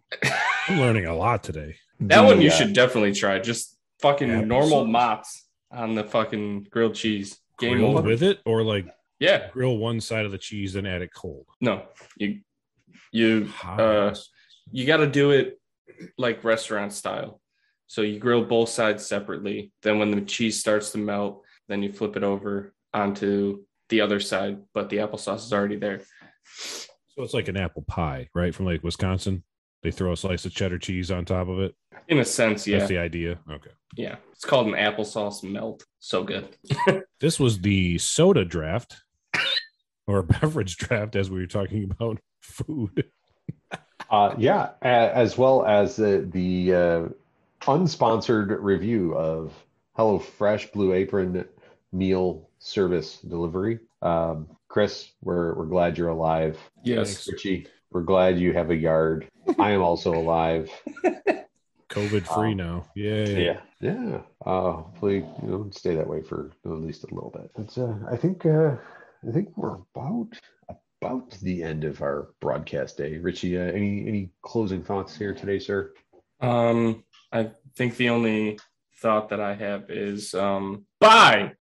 I'm learning a lot today.
That
The,
one you
uh,
should definitely try. Just fucking
Yeah.
normal mozz on the fucking grilled cheese. Game
Grilled
over.
with it, or like
Yeah.
grill one side of the cheese and add it cold.
No. You you
Hot
Uh,
ass.
you got to do it like restaurant style. So you grill both sides separately. Then when the cheese starts to melt, then you flip it over onto the other side, but the applesauce is already there.
So it's like an apple pie, right? From like Wisconsin. They throw a slice of cheddar cheese on top of it.
In a sense, yeah.
That's the idea. Okay.
Yeah. It's called an applesauce melt. So good.
This was the soda draft or beverage draft as we were talking about food.
Uh, yeah, a- as well as the, the uh, unsponsored review of HelloFresh Blue Apron meal service delivery. Um, Chris, we're we're glad you're alive.
Yes.
Richie, we're glad you have a yard. I am also alive.
COVID free now. Yay.
yeah. Uh, hopefully, you know, stay that way for at least a little bit. It's, uh, I think uh, I think we're about about the end of our broadcast day. Richie, uh, any any closing thoughts here today, sir?
Um, I think the only thought that I have is um, buy